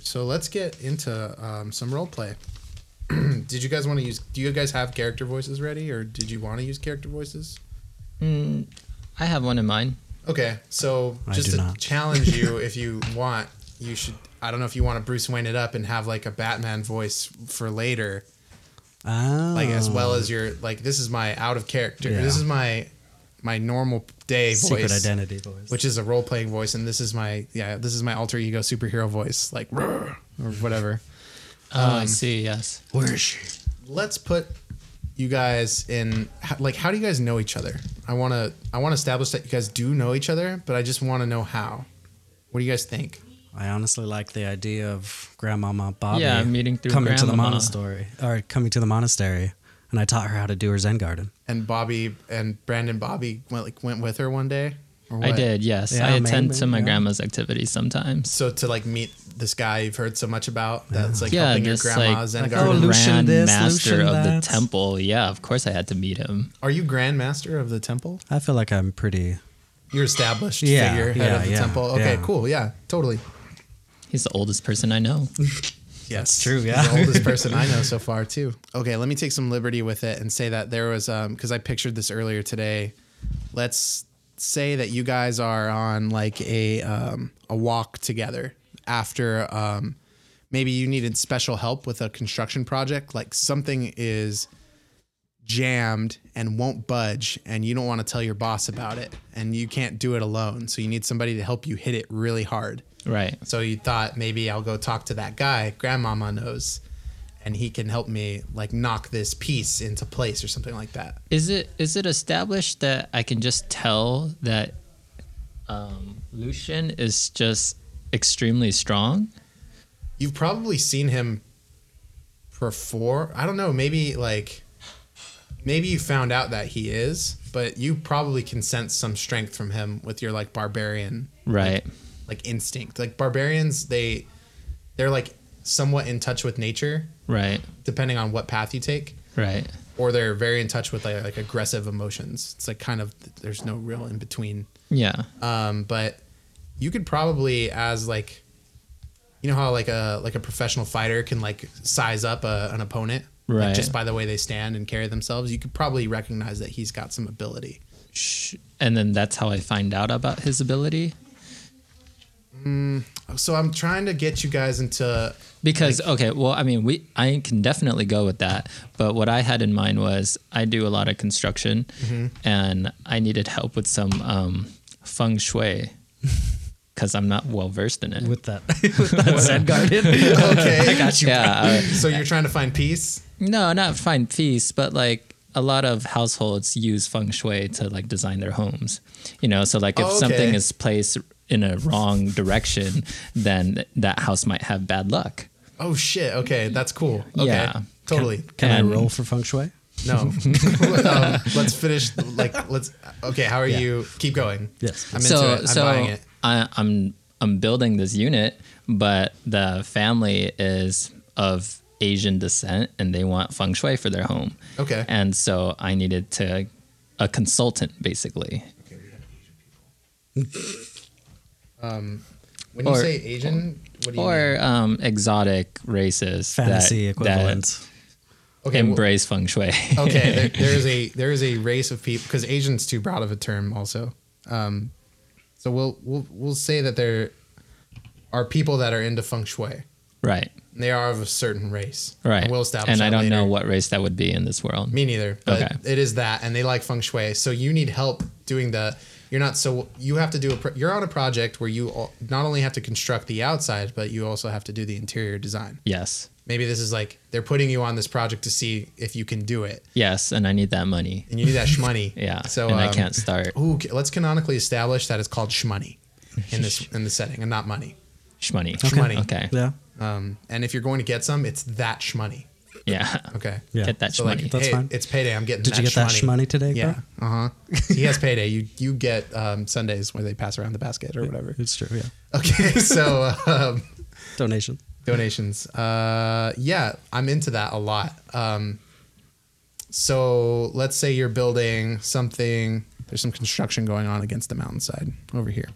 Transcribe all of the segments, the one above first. So let's get into um, some role play. did you guys want to use? Do you guys have character voices ready, or did you want to use character voices? Mm, I have one in mind. Okay, so I just do to not. challenge you, if you want, you should. I don't know if you want to Bruce Wayne it up and have like a Batman voice for later, Oh. like as well as your like. This is my out of character. Yeah. This is my my normal day secret voice, identity voice. which is a role playing voice, and this is my yeah. This is my alter ego superhero voice, like "Rrr," or whatever. Oh, I see. Yes. where is she? let's put you guys in h- like how do you guys know each other i want to i want to establish that you guys do know each other but i just want to know how what do you guys think I honestly like the idea of Grandmama Bobby. Yeah, meeting through coming to the Grandmama. monastery or coming to the monastery, and I taught her how to do her Zen garden. and bobby and brandon bobby went like went with her one day or I what? did. Yes. Yeah, I attend maybe, to my yeah. grandma's activities sometimes. so to like meet this guy you've heard so much about that's like Yeah, helping your this grandma like, zen like oh, garden Lucian grand this, master Lucian of the that. temple. Yeah, of course I had to meet him. are you grand master of the temple I feel like I'm pretty. you're established Yeah, figure head yeah, of the yeah, temple okay yeah. cool yeah totally He's the oldest person I know. Yes, That's true, He's yeah. the oldest person I know so far, too. Okay, let me take some liberty with it and say that there was um because I pictured this earlier today. Let's say that you guys are on like a um a walk together after um maybe you needed special help with a construction project, like something is jammed and won't budge and you don't want to tell your boss about it and you can't do it alone so you need somebody to help you hit it really hard Right. so you thought maybe I'll go talk to that guy, grandmama knows, and he can help me like knock this piece into place or something like that. Is it is it established that I can just tell that um, Lucian is just extremely strong? You've probably seen him before. I don't know, maybe like maybe you found out that he is, but you probably can sense some strength from him with your like barbarian Right. like instinct. Like barbarians, they they're like somewhat in touch with nature Right. depending on what path you take. Right. or they're very in touch with like, like aggressive emotions. It's like kind of there's no real in between. Yeah. Um, but you could probably as like you know how like a like a professional fighter can like size up a, an opponent like, Right. just by the way they stand and carry themselves. You could probably recognize that he's got some ability. Sh- And then that's how I find out about his ability. So I'm trying to get you guys into Because okay, well, I mean, we I can definitely go with that, but what I had in mind was I do a lot of construction, Mm-hmm. and I needed help with some um, feng shui because I'm not well versed in it. With that, with that Zen garden. okay. I got you. yeah, I- So you're trying to find peace. No, not find peace, but like a lot of households use feng shui to like design their homes. You know, so like if Oh, okay. something is placed in a wrong direction, then th- that house might have bad luck. Oh shit. Okay, that's cool. Okay. Yeah. Totally. Can And- I roll for feng shui? No. um, let's finish. Like, let's. Okay, how are you? Keep going. Yes. I'm so, into it. I'm so buying it. I, I'm I'm building this unit, but the family is of Asian descent, and they want feng shui for their home. Okay. and so I needed to a consultant basically. When you or- say Asian, what do you mean? or um, exotic races that- Fantasy that, equivalent. Okay, well- embrace feng shui. okay, there, there is a there is a race of people because Asian's too broad of a term. Also, um, so we'll we'll we'll say that there are people that are into feng shui. right. They are of a certain race. Right. And we'll establish and I that don't know later. what race that would be in this world. Me neither. But Okay. it is that, and they like feng shui. So you need help doing the. You're not so. You have to do a. Pro, you're on a project where you al- not only have to construct the outside, but you also have to do the interior design. Yes. Maybe this is like they're putting you on this project to see if you can do it, Yes, and I need that money. and you need that shmoney. Yeah. So and I um, can't start. Ooh, okay, let's canonically establish that it's called shmoney in this in the setting, and not money. Shmoney. Shmoney. Okay. Yeah. Um, and if you're going to get some, it's that shmoney. Yeah. Okay. Yeah. Get that So shmoney. like, That's hey, fine. it's payday. I'm getting. Did that you get that shmoney today, bro? Yeah. Uh huh. he has payday. You you get um, Sundays where they pass around the basket or whatever. It's true. Yeah. Okay. So um, Donation. donations. Uh, yeah, I'm into that a lot. Um, so let's say you're building something. There's some construction going on against the mountainside over here.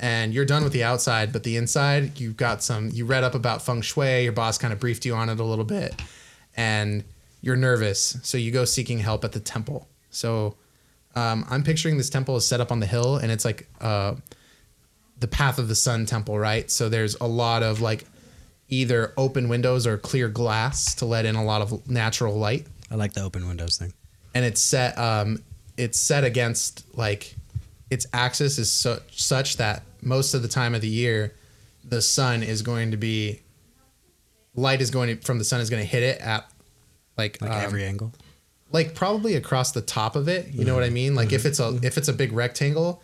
And you're done with the outside, but the inside, you've got some, you read up about feng shui. Your boss kind of briefed you on it a little bit. And you're nervous. So you go seeking help at the temple. So um, I'm picturing this temple is set up on the hill and it's like uh, the path of the sun temple right so there's a lot of like either open windows or clear glass to let in a lot of natural light I like the open windows thing. and it's set um it's set against like its axis is so, such that most of the time of the year the sun is going to be light is going to, from the sun is going to hit it at like Like um, every angle. like probably across the top of it. You know Mm-hmm. what I mean? Like if it's a if it's a big rectangle,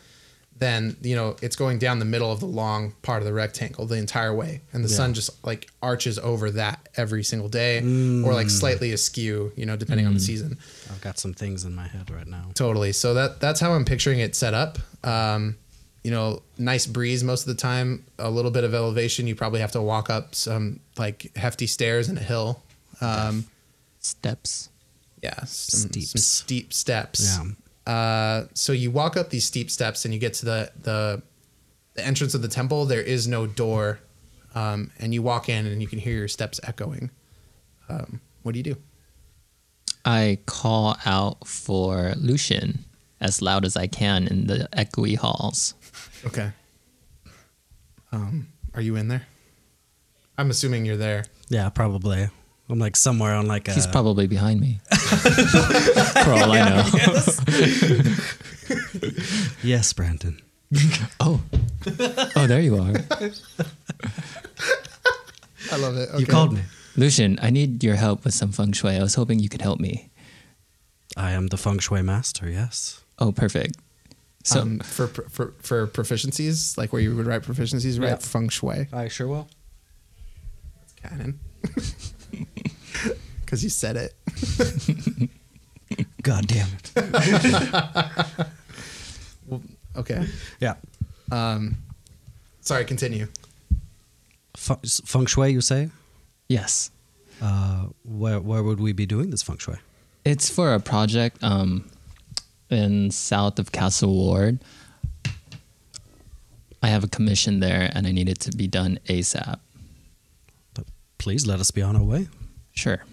then you know it's going down the middle of the long part of the rectangle the entire way, and the sun just like arches over that every single day, or like Mm. slightly askew, you know, depending on the season. I've got some things in my head right now. Totally. So that that's how I'm picturing it set up. Um, you know, nice breeze most of the time. A little bit of elevation. You probably have to walk up some like hefty stairs and a hill. Um, Steps. yeah, some, some Steeps. steep steps. Yeah. Uh, so you walk up these steep steps and you get to the the, the entrance of the temple. There is no door, um, and you walk in and you can hear your steps echoing. Um, what do you do? I call out for Lucian as loud as I can in the echoey halls. Okay. Um, are you in there? I'm assuming you're there. Yeah, probably. I'm like somewhere on like a. He's probably behind me. for all I know. yes, Brandon. Oh. Oh, there you are. I love it. Okay. You called me. Lucian, I need your help with some feng shui. I was hoping you could help me. I am the feng shui master. Yes. Oh, perfect. So, um, for, for for proficiencies, like where you would write proficiencies, write Yeah. feng shui. I sure will. It's canon. Because you said it. God damn it. Okay. Um, yeah. Sorry. Continue. F- feng shui, you say? yes. Uh, where where would we be doing this feng shui? It's for a project um, in south of Castle Ward. I have a commission there and I need it to be done ASAP. But please let us be on our way. Sure.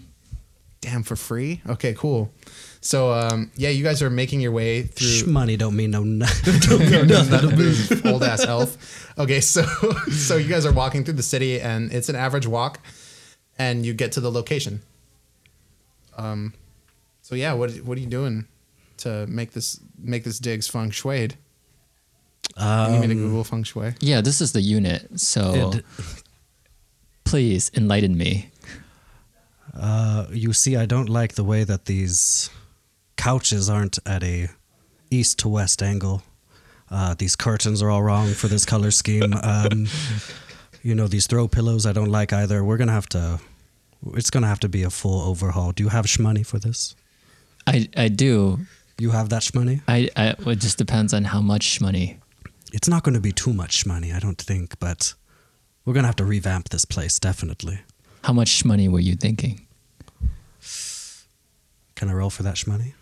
Damn, for free? Okay, cool. So, um, yeah, you guys are making your way Shh, through money don't mean no. no- old ass elf. Okay, so so you guys are walking through the city, and it's an average walk, and you get to the location. Um, so yeah, what what are you doing to make this make this digs feng shuied? you need me to Google feng shui? Yeah, this is the unit. So It- please enlighten me. uh, you see, I don't like the way that these couches aren't at a east to west angle. Uh, these curtains are all wrong for this color scheme. Um, you know, these throw pillows I don't like either. We're gonna have to. It's gonna have to be a full overhaul. Do you have shmoney for this? I, I do. You have that shmoney? I, I It just depends on how much money. It's not going to be too much money, I don't think, but we're going to have to revamp this place, definitely. How much money were you thinking? Can I roll for that shmoney?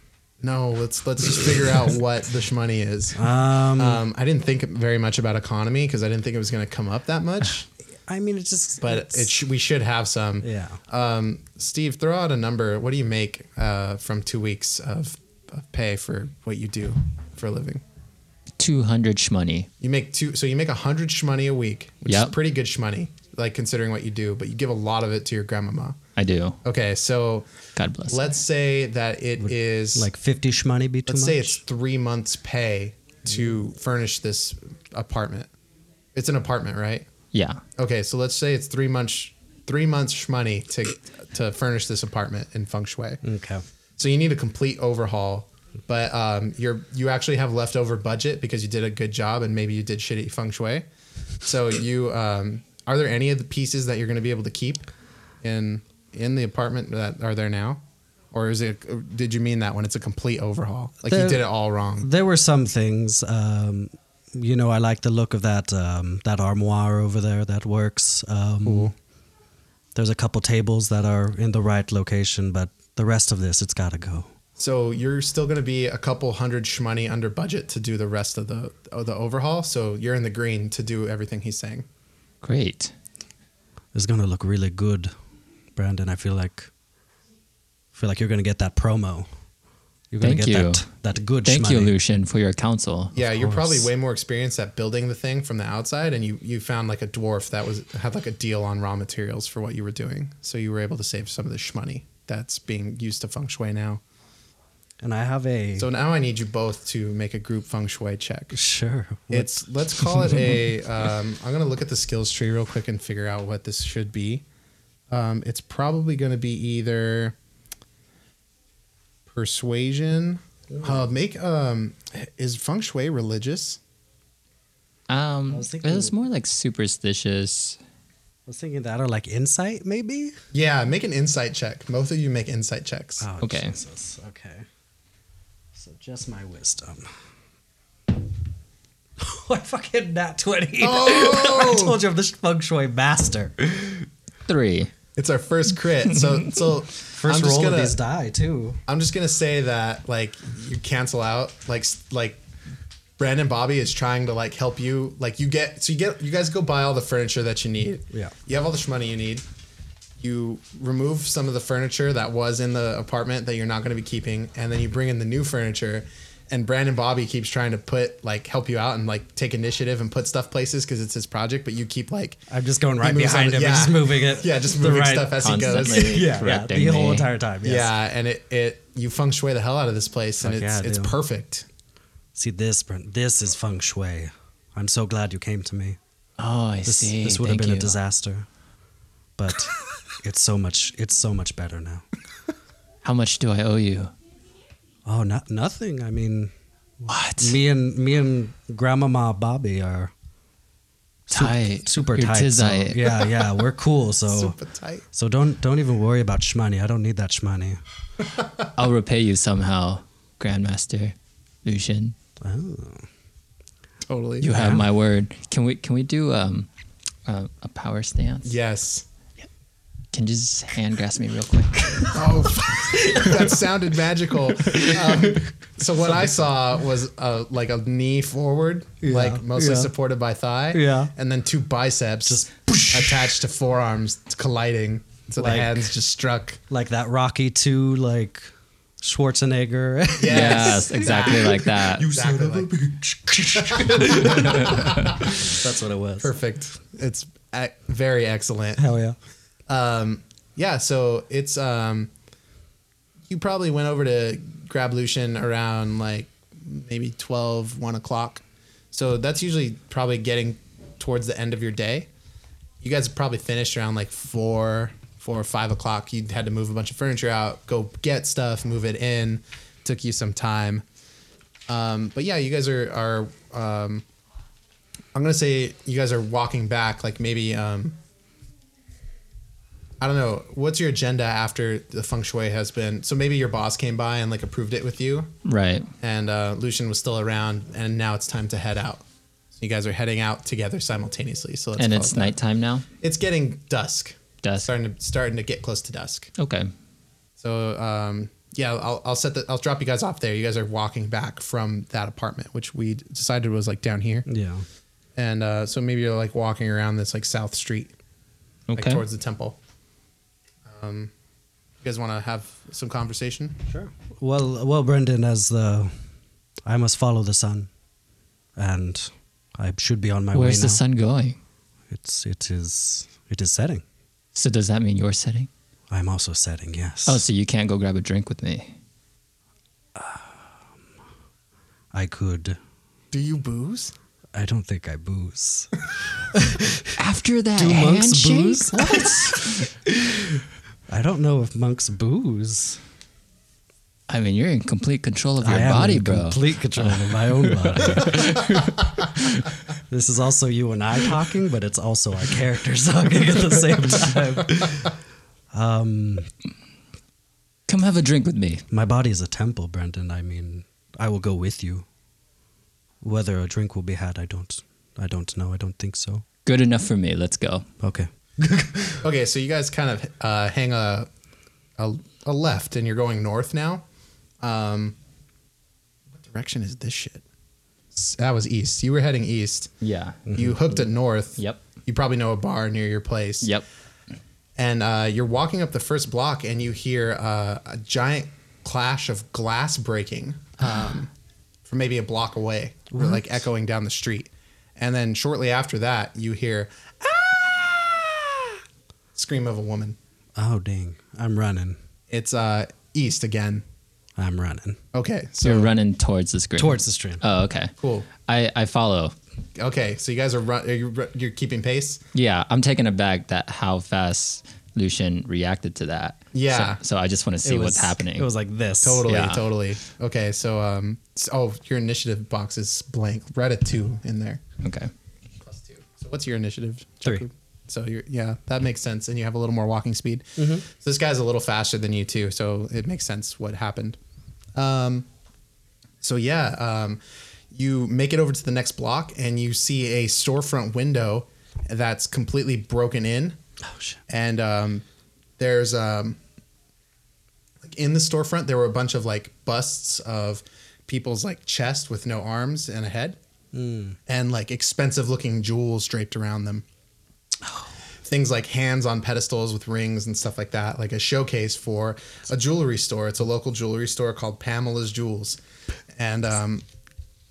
No, let's let's just figure out what the shmoney is. Um, Um, I didn't think very much about economy because I didn't think it was going to come up that much. I mean, it's just. but it's- it sh- we should have some. Yeah. Um, Steve, throw out a number. What do you make uh, from two weeks of, of pay for what you do for a living? 200 shmoney. You make two, so you make a hundred shmoney a week, which Yep. is pretty good shmoney. like considering what you do, but you give a lot of it to your grandmama. I do. Okay, so God bless. let's say that it is Like 50 shmoney be too let's much? say it's three months pay to furnish this apartment. It's an apartment, right? yeah. Okay, so let's say it's three months three months shmoney to to furnish this apartment in feng shui. Okay. So you need a complete overhaul, but um, you're you actually have leftover budget because you did a good job and maybe you did shitty feng shui. So you um, are there any of the pieces that you're going to be able to keep in in the apartment that are there now, or is it? Did you mean that when it's a complete overhaul? Like you There- did it all wrong. There were some things. Um, you know, I like the look of that um, that armoire over there. That works. Um, There's a couple tables that are in the right location, but the rest of this, it's got to go. So you're still going to be a couple hundred shmoney under budget to do the rest of the of the overhaul. So you're in the green to do everything he's saying. Great. It's gonna look really good, Brandon. I feel like feel like you're gonna get that promo. You're gonna Thank get you. that that good. Thank you, shmoney. Lucian, for your counsel. Yeah, you're probably course. way more experienced at building the thing from the outside, and you you found like a dwarf that was had like a deal on raw materials for what you were doing, so you were able to save some of the shmoney that's being used to feng shui now. And I have a So now I need you both to make a group feng shui check. sure. What- It's let's call it a. Um, I'm gonna look at the skills tree real quick and figure out what this should be. Um, it's probably gonna be either persuasion. Uh, make um, is feng shui religious? Um, was it thinking- was more like superstitious. I was thinking that or like insight maybe. Yeah, make an insight check. Both of you make insight checks. Oh, Okay. Jesus. Okay. So just my wisdom. What fucking nat twenty? Oh! I told you I'm the feng shui master. Three. It's our first crit. So so First I'm just roll gonna, of these die too. I'm just gonna say that like you cancel out like s- like Brandon Bobby is trying to like help you like you get so you get you guys go buy all the furniture that you need. Yeah. You have all the money you need. You remove some of the furniture that was in the apartment that you're not going to be keeping, and then you bring in the new furniture. And Brandon Bobby keeps trying to put like help you out and like take initiative and put stuff places because it's his project, but you keep like I'm just going right He moves behind on- him and yeah. just moving it. Yeah, just the moving right- stuff as he goes. Constantly. yeah, yeah, correcting the whole me. entire time. Yes. Yeah, and it, it you feng shui the hell out of this place, and Fuck it's yeah, it's dude. perfect. See this, Brent. This is feng shui. I'm so glad you came to me. Oh, I This, see. this would have Thank been a you. disaster, but it's so much. It's so much better now. How much do I owe you? Oh, not nothing. I mean, What? me and me and Grandmama Bobby are sup- Tight. super You're tight. so- tight. yeah, yeah, we're cool. So, Super tight. so don't don't even worry about shmoney. I don't need that shmoney. I'll repay you somehow, Grandmaster Lucian. Oh. Totally. You have my word. Can we can we do um a, a power stance? yes. Can you just hand grasp me real quick? Oh, that sounded magical. Um, so what I saw was uh, like a knee forward, like mostly yeah. supported by thigh, Yeah. and then two biceps Just attached to forearms colliding. So Like- the hands just struck. like that Rocky two, like Schwarzenegger. yes, exactly like that. Exactly like- That's what it was. perfect. It's ac- very excellent. Hell yeah. um, yeah, so it's um, you probably went over to grab Lucian around like maybe 12, 1 o'clock. So that's usually probably getting towards the end of your day. You guys probably finished around like four, four or five o'clock. You had to move a bunch of furniture out, go get stuff, move it in. Took you some time. Um, but yeah, you guys are are um, I'm gonna say you guys are walking back like maybe um, I don't know. What's your agenda after the feng shui has been? So maybe your boss came by and like approved it with you, Right. and uh, Lucian was still around, and now it's time to head out. So you guys are heading out together simultaneously. So let's and call it's it that. nighttime now. It's getting dusk. Dusk. Starting to starting to get close to dusk. Okay. So um, yeah, I'll, I'll set the I'll drop you guys off there. You guys are walking back from that apartment, which we decided was like down here, Yeah. and uh, so maybe you're like walking around this like south street. like Okay. towards the temple. Um, you guys want to have some conversation? Sure. Well, well, Brendan, as the, I must follow the sun, and I should be on my way Where's the now. sun going? It's it is it is setting. So does that mean you're setting? I'm also setting. Yes. Oh, so you can't go grab a drink with me. I could. Do you booze? I don't think I booze. After that Do monks handshake? booze? What? I don't know if monks booze. I mean, you're in complete control of your I am body, in bro. Complete control of my own body. this is also you and I talking, but it's also our characters talking at the same time. Um, Come have a drink with me. My body is a temple, Brendan. I mean, I will go with you. Whether a drink will be had, I don't. I don't know. I don't think so. Good enough for me. Let's go. Okay. Okay, so you guys kind of uh, hang a, a a left, and you're going north now. Um, what direction is this shit? S- That was east. You were heading east. Yeah. Mm-hmm. Mm-hmm. You hooked it north. Yep. You probably know a bar near your place. Yep. And uh, you're walking up the first block, and you hear uh, a giant clash of glass breaking um, from maybe a block away, or like echoing down the street. And then shortly after that, you hear ah! scream of a woman. Oh dang! I'm running. It's uh east again. I'm running Okay, so So you're running towards the screen. towards the stream. Oh, okay. cool. I, I follow. Okay, so you guys are run. Are you, ru- you're keeping pace. Yeah, I'm taken aback that how fast Lucian reacted to that. Yeah. So, so I just want to see It what's was- happening. It was like this. Totally, Yeah. totally. Okay, so um, s- oh, your initiative box is blank. Right at two in there. okay. um, Plus two. So what's your initiative? Three. Jakub? So you're yeah, that makes sense, and you have a little more walking speed. So this guy's a little faster than you too, so it makes sense what happened. Um, so yeah, um, you make it over to the next block, and you see a storefront window that's completely broken in. Oh shit! and um, there's um, like in the storefront there were a bunch of like busts of people's like chest with no arms and a head Hmm. and like expensive looking jewels draped around them Oh. things like hands on pedestals with rings and stuff like that like a showcase for a jewelry store it's a local jewelry store called pamela's jewels and um,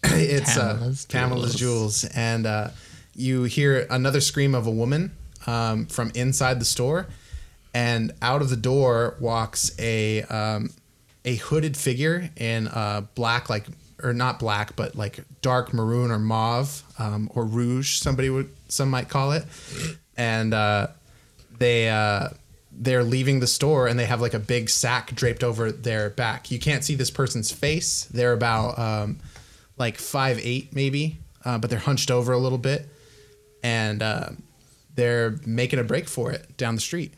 it's Pamela's Pamela's, uh, Pamela's Jewels, and uh, you hear another scream of a woman um, from inside the store, and out of the door walks a um, a hooded figure in uh, black, like or not black, but like dark maroon or mauve um, or rouge. Somebody would some might call it, and uh, they. Uh, they're leaving the store and they have like a big sack draped over their back. You can't see this person's face. They're about um, like five eight maybe, uh, but they're hunched over a little bit, and uh, they're making a break for it down the street.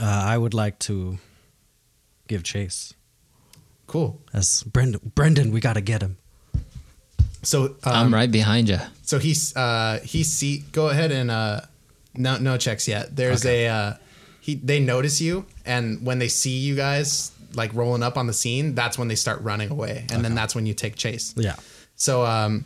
Uh, I would like to give chase. Cool. As Brendan, Brendan, we gotta get him. So I'm um, right behind you. so he's uh, he see. Go ahead and uh, no no checks yet. There's a uh, he they notice you, and when they see you guys like rolling up on the scene, that's when they start running away, and then that's when you take chase. Yeah. So, um,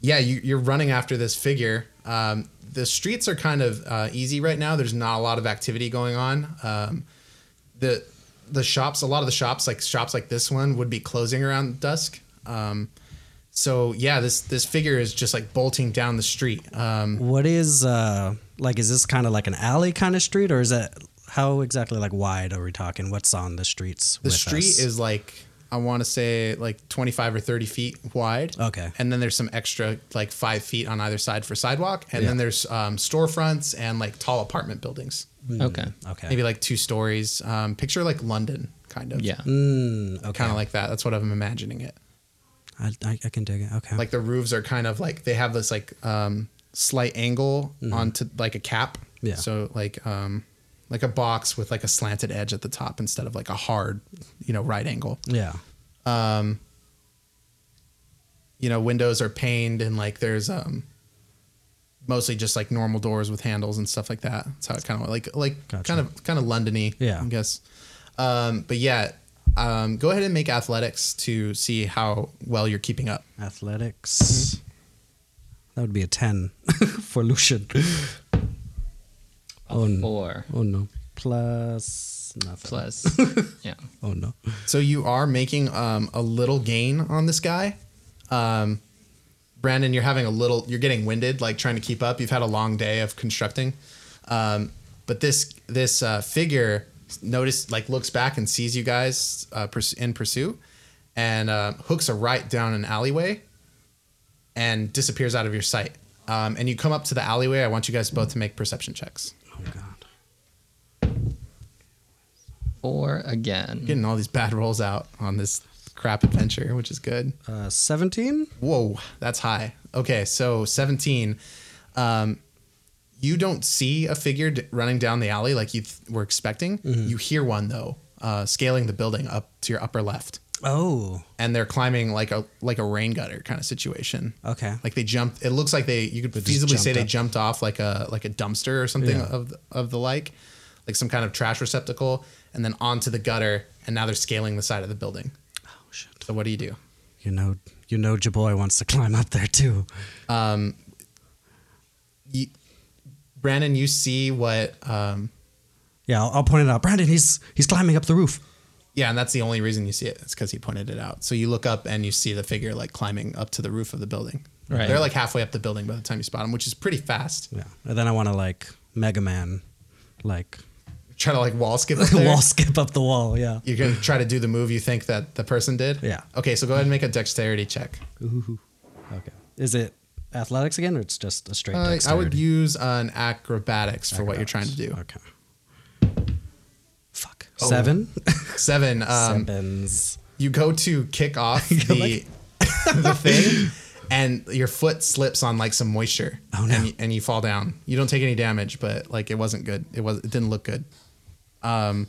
yeah, you, you're running after this figure. Um, the streets are kind of uh, easy right now. There's not a lot of activity going on. Um, the the shops, a lot of the shops, like shops like this one, would be closing around dusk. Um, so yeah, this this figure is just like bolting down the street. Um, What is uh like? Is this kind of like an alley kind of street, or is that how exactly like wide are we talking? What's on the streets? the with street us? is like I want to say like 25 or 30 feet wide. Okay. And then there's some extra like five feet on either side for sidewalk, and then there's um, storefronts and like tall apartment buildings. Hmm. Okay. okay. maybe like two stories. Um, picture like London, kind of. Yeah. Mm, okay. Kind of like that. That's what I'm imagining it. I, I, I can dig it. Okay. Like the roofs are kind of like they have this like um, slight angle onto like a cap. Mm-hmm. Yeah. So like um, like a box with like a slanted edge at the top instead of like a hard, you know, right angle. yeah. You know, windows are paned and like there's um mostly just like normal doors with handles and stuff like that. That's how it kind of like like Gotcha. kind of kind of Londony. Yeah. I guess. Um, but yeah, um, go ahead and make athletics to see how well you're keeping up. Athletics. Mm-hmm. That would be a ten for Lucian. Oh, n- Four oh no. Plus nothing. plus. yeah. Oh no. So you are making um, a little gain on this guy, um, Brandon, you're having a little, you're getting winded, like trying to keep up. You've had a long day of constructing, um, but this this uh, figure notice like looks back and sees you guys uh, purs- in pursuit, and uh, hooks a right down an alleyway, and disappears out of your sight. Um, and you come up to the alleyway. I want you guys both to make perception checks. Oh god. Or again. Getting all these bad rolls out on this crap adventure, which is good. Uh, Seventeen. Whoa, that's high. Okay, so 17. Um, you don't see a figure d- running down the alley like you th- were expecting. Mm-hmm. You hear one, though, uh, scaling the building up to your upper left. Oh, And they're climbing like a like a rain gutter kind of situation. okay. Like they jumped. It looks like they you could just feasibly say jumped they up. jumped off like a like a dumpster or something Yeah. of the, of the like, like some kind of trash receptacle, and then onto the gutter. And now they're scaling the side of the building. oh shit. So what do you do? You know, you know, your boy wants to climb up there too. you, Brandon, you see what? Um, Yeah, I'll, I'll point it out. Brandon, he's he's climbing up the roof. yeah, and that's the only reason you see it. It's because he pointed it out. So you look up and you see the figure like climbing up to the roof of the building. Right. They're like halfway up the building by the time you spot him, which is pretty fast. Yeah, and then I want to like Mega Man, like Try to like wall skip. Up there. wall skip up the wall. Yeah. You're gonna try to do the move you think that the person did. Yeah. Okay, so go ahead and make a dexterity check. Okay. Is it athletics again, or it's just a straight? Uh, I would dexterity? use an acrobatics for what you're trying to do. Okay. Fuck. Seven. Seven. Um, Sevens. you go to kick off the, the thing and your foot slips on like some moisture Oh, no. and, you- and you fall down you don't take any damage but like it wasn't good it was it didn't look good um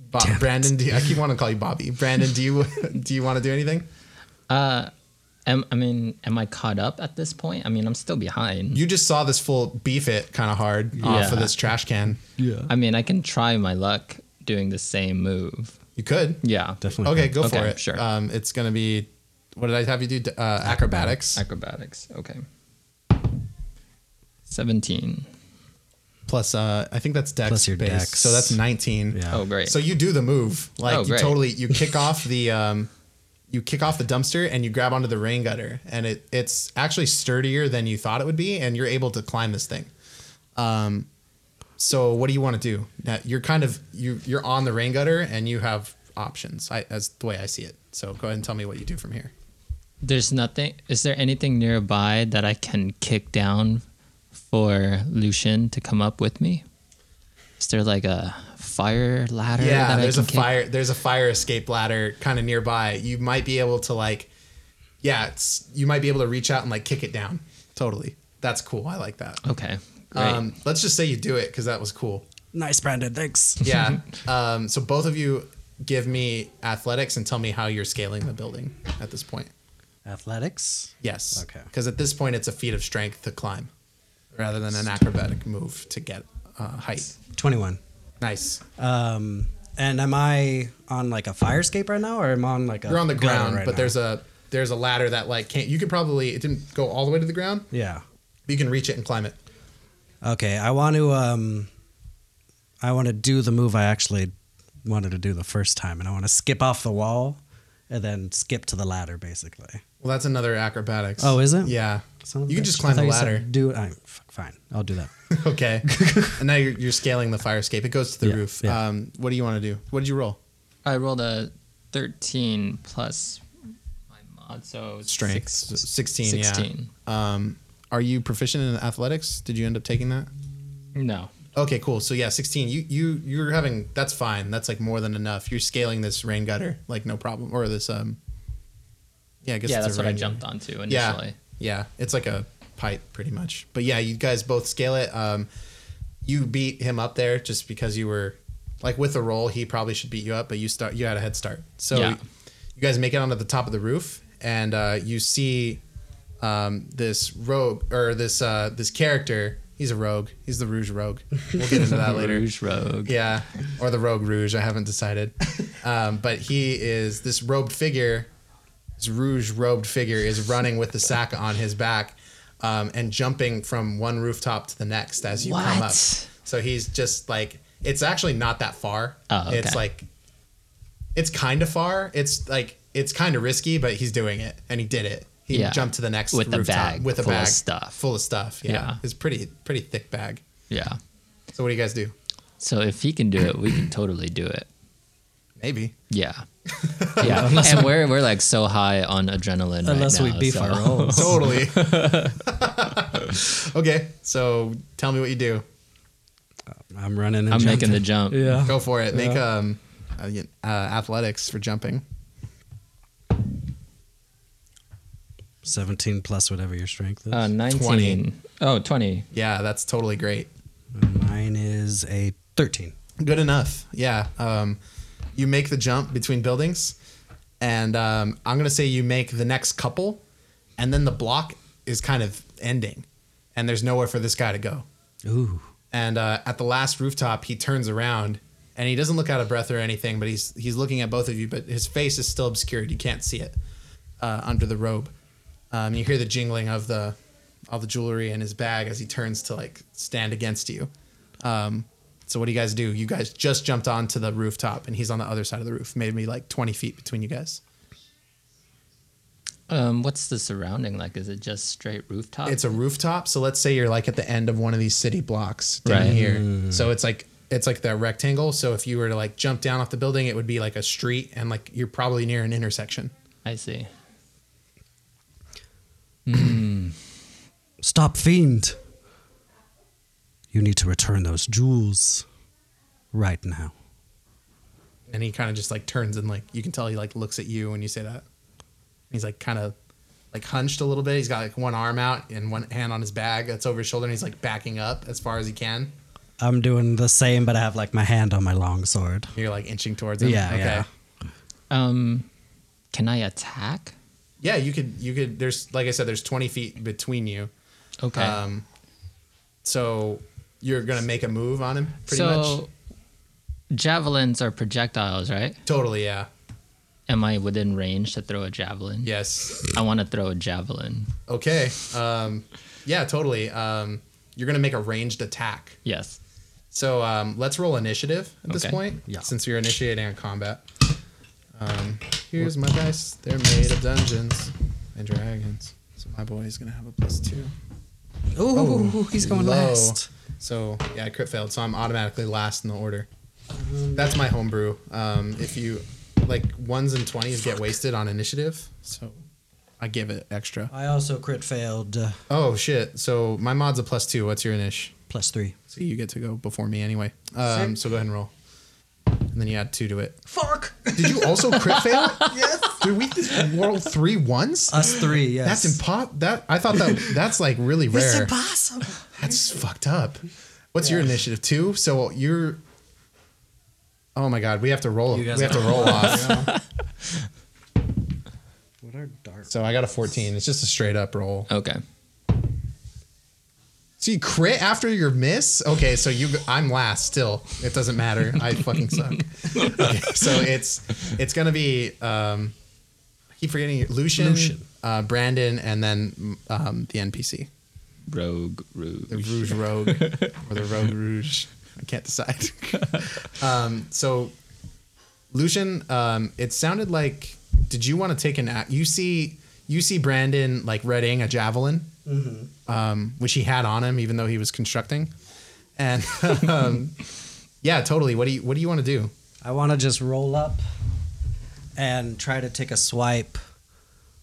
Bo- Damn it. brandon do you, i keep wanting to call you bobby brandon do you do you want to do anything Am, I mean, am I caught up at this point? I mean, I'm still behind. you just saw this full beef it kind of hard off Yeah. of this trash can Yeah. I mean, I can try my luck doing the same move. you could Yeah. Definitely. okay go Okay, for it sure. um it's gonna be what did i have you do D- uh, acrobatics Acrobatics. Okay. 17. plus uh i think that's dex Plus your base. dex. so that's 19 Yeah. Oh, great. So you do the move, like Oh, you great. totally you kick off the um, you kick off the dumpster and you grab onto the rain gutter, and it it's actually sturdier than you thought it would be, and you're able to climb this thing. Um, so what do you want to do? Now, you're kind of you you're on the rain gutter, and you have options. I that's the way I see it. So go ahead and tell me what you do from here. There's nothing. Is there anything nearby that I can kick down for Lucian to come up with me? Is there like a fire ladder? Yeah, that there's I a can kick? fire. There's a fire escape ladder kind of nearby. You might be able to like, yeah, it's you might be able to reach out and like kick it down. Totally, that's cool. I like that. Okay. Great. Um, let's just say you do it because that was cool. Nice, Brandon. Thanks. Yeah. um, so both of you give me athletics and tell me how you're scaling the building at this point. Athletics. Yes. Okay. Because at this point, it's a feat of strength to climb rather than an acrobatic move to get uh, height. Twenty-one. Nice. Um, and am I on like a fire escape right now, or am I on like a? You're on the gutter ground, right but now? there's a there's a ladder that like can't. You could probably it didn't go all the way to the ground. Yeah. But you can reach it and climb it. Okay. I want to. Um, I want to do the move I actually wanted to do the first time, and I want to skip off the wall, and then skip to the ladder, basically. Well, that's another acrobatics. Oh, is it? Yeah. Son of a you can bitch. just I climb thought the you said ladder. Do I? Fuck, fine. I'll do that. okay. and now you're, you're scaling the fire escape. It goes to the Yeah, roof. yeah. Um, what do you want to do? What did you roll? I rolled a 13 plus my mod, so Strength. six- 16, yeah. 16. Um, are you proficient in athletics? Did you end up taking that? No. Okay, cool. So yeah, 16. You you you're having that's fine. That's like more than enough. You're scaling this rain gutter like no problem or this um Yeah, I guess Yeah, it's a that's what I rain jumped onto initially. yeah, Yeah, it's like a pipe pretty much. But yeah, you guys both scale it. Um, you beat him up there just because you were like with the roll, he probably should beat you up, but you start you had a head start. So Yeah. you guys make it onto the top of the roof, and uh, you see um, this rogue or this uh, this character. He's a rogue. He's the Rouge Rogue. We'll get into that later. Rouge Rogue. Yeah, or the Rogue Rouge. I haven't decided. Um, but he is this robed figure. This rouge robed figure is running with the sack on his back, um, and jumping from one rooftop to the next as you come up. What? So he's just like it's actually not that far. Oh, okay. It's like it's kind of far. It's like it's kind of risky, but he's doing it, and he did it. He you Yeah. jump to the next With the rooftop bag with a full of bag stuff. full of stuff. Yeah. Yeah. it's pretty pretty thick bag. Yeah. So what do you guys do? So if he can do it, we can totally do it. Maybe Yeah. Yeah. and we're we're like so high on adrenaline. right Unless we now, beef so- our rolls. totally. okay, so tell me what you do. I'm running. And I'm making the jumping. jump. Yeah. Go for it. Make um uh, y- uh, athletics for jumping. 17 plus whatever your strength is. Uh, 19. 20. Oh, 20. Yeah, that's totally great. Mine is a 13. Good enough. Yeah. Um, you make the jump between buildings, and um, I'm gonna say you make the next couple, and then the block is kind of ending, and there's nowhere for this guy to go. Ooh. And uh, at the last rooftop, he turns around, and he doesn't look out of breath or anything, but he's he's looking at both of you, but his face is still obscured. You can't see it uh, under the robe. Um, you hear the jingling of the all the jewelry in his bag as he turns to like stand against you. Um, so what do you guys do? You guys just jumped onto the rooftop, and he's on the other side of the roof, maybe like twenty feet between you guys. Um, what's the surrounding like? Is it just straight rooftop? It's a rooftop, so let's say you're like at the end of one of these city blocks down Right. here. Mm. So it's like it's like that rectangle. So if you were to like jump down off the building, it would be like a street, and like you're probably near an intersection. I see. Stop, fiend. You need to return those jewels right now. And he kind of just like turns and like you can tell he like looks at you when you say that. He's like kind of like hunched a little bit. He's got like one arm out and one hand on his bag that's over his shoulder, and he's like backing up as far as he can. I'm doing the same, but I have like my hand on my long sword. You're like inching towards him. Yeah, yeah. Um, can I attack? Yeah, you could you could there's like I said, there's twenty feet between you. Okay. Um, so you're gonna make a move on him, pretty so much. javelins are projectiles, right? Totally, yeah. Am I within range to throw a javelin? Yes. I want to throw a javelin. Okay. Um, yeah, totally. Um, you're gonna make a ranged attack. Yes. So um, let's roll initiative at this Okay. point, Yeah. since you're initiating a combat. Um, here's my dice. They're made of dungeons and dragons. So my boy's gonna have a plus two. Ooh, he's going low. last. So yeah, I crit failed, so I'm automatically last in the order. That's my homebrew. Um, if you like ones and twenties get wasted on initiative, so I give it extra. I also crit failed uh, Oh shit! So my mod's a plus two. What's your inish? plus three. So you get to go before me anyway. Um, so go ahead and roll, and then you add two to it. Fuck! Did you also crit fail? Yes. Did we roll three ones? Us three, Uh, yes. that's impo- That I thought that that's like really rare. impossible. That's fucked up. What's your initiative? Two. So you're. Oh my god, we have to roll. We guys have to roll off. What are dark? So I got a 14. It's just a straight up roll. Okay. So you crit after your miss. Okay, so you. I'm last still. It doesn't matter. I fucking suck. Okay, so it's it's gonna be. Um, I keep forgetting Lucian, Lucian. Uh, Brandon, and then um, the NPC, Rogue the Rouge Rouge. Rogue, or the Rogue Rouge. I can't decide. um, so Lucian, um, it sounded like. Did you want to take an act? You see, you see Brandon like readying a javelin, um, which he had on him, even though he was constructing. And um, yeah, totally. What do you What do you want to do? I want to just roll up and try to take a swipe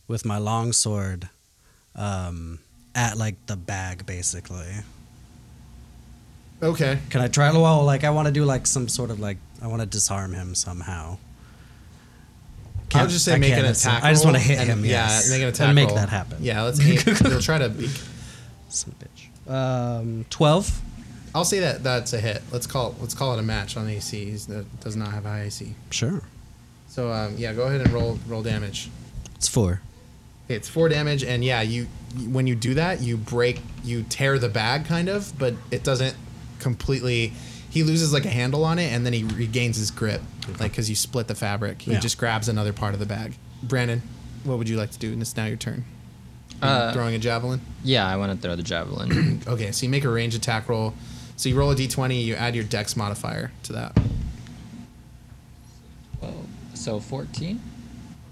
with my longsword um, at like the bag, basically. Okay. Can I try? Well, like I want to do like some sort of like I want to disarm him somehow. I'll Can't- just say I make can't an assume- attack. I just roll want to hit and- him. yes. Yeah, make an attack. And make roll. that happen. Yeah, let's. Aim. You'll try to. Be, Son of a bitch. Um, twelve. I'll say that that's a hit. Let's call. Let's call it a match on AC. He's- That does not have high AC. Sure. So um, yeah, go ahead and roll roll damage. It's four. Okay, It's four damage, and yeah, you you- when you do that, you break, you tear the bag kind of, but it doesn't completely. He loses like a handle on it, and then he regains his grip, like because you split the fabric. He Yeah. just grabs another part of the bag. Brandon, what would you like to do? And it's now your turn. Are you Uh, throwing a javelin. Yeah, I want to throw the javelin. Okay, so you make a range attack roll. So you roll a d20, you add your dex modifier to that. well, so 14?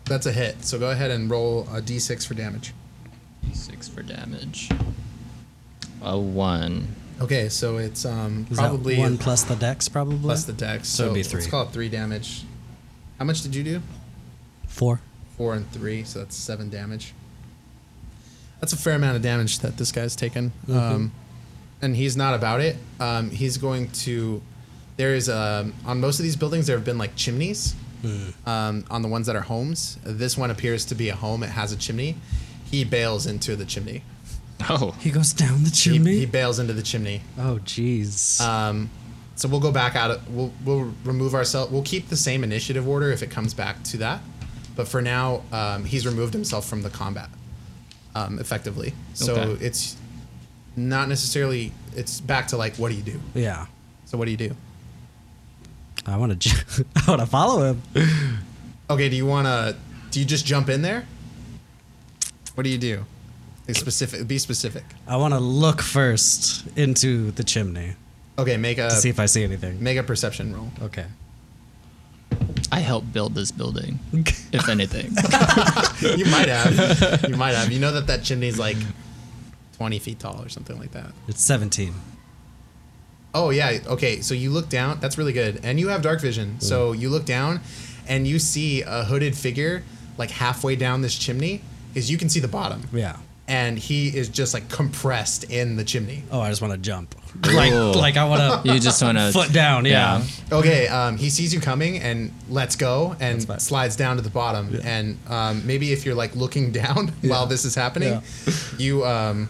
That's a hit. So go ahead and roll a d6 for damage. Six for damage. A one. Okay, so it's um, Is that probably one plus the dex, probably plus the dex. So So, it'd be let's three. call it three damage. How much did you do? four. Four and three, so that's seven damage. That's a fair amount of damage that this guy's taken. Mm-hmm. Um, and he's not about it. Um, he's going to. There is um, on most of these buildings there have been like chimneys. Hmm. Um, on the ones that are homes, this one appears to be a home. It has a chimney. He bails into the chimney. Oh. He goes down the He, chimney. he bails into the chimney. oh, jeez. Um, so we'll go back out. Of, we'll we'll remove ourselves. We'll keep the same initiative order if it comes back to that. But for now, um, he's removed himself from the combat, um, effectively. So Okay. it's not necessarily. It's back to like, what do you do? yeah, So what do you do? I want to. Ju- I want to follow him. Okay, do you wanna? Do you just jump in there? What do you do? Be specific. Be specific. I want to look first into the chimney Okay, make a to see if I see anything. make a perception roll. okay. I helped build this building, if anything. you might have. You might have. You know that that chimney's like twenty feet tall or something like that. It's seventeen. Oh yeah. Okay. So you look down. That's really good. And you have dark Hmm. vision. So you look down, and you see a hooded figure like halfway down this chimney, because you can see the bottom. Yeah. And he is just like compressed in the chimney. Oh, I just want to jump. Like, like I want to you just want to foot down. Yeah. Okay. Um, he sees you coming and lets go and Hmm. fine. slides down to the bottom. And um, maybe if you're like looking down while this is happening, you um,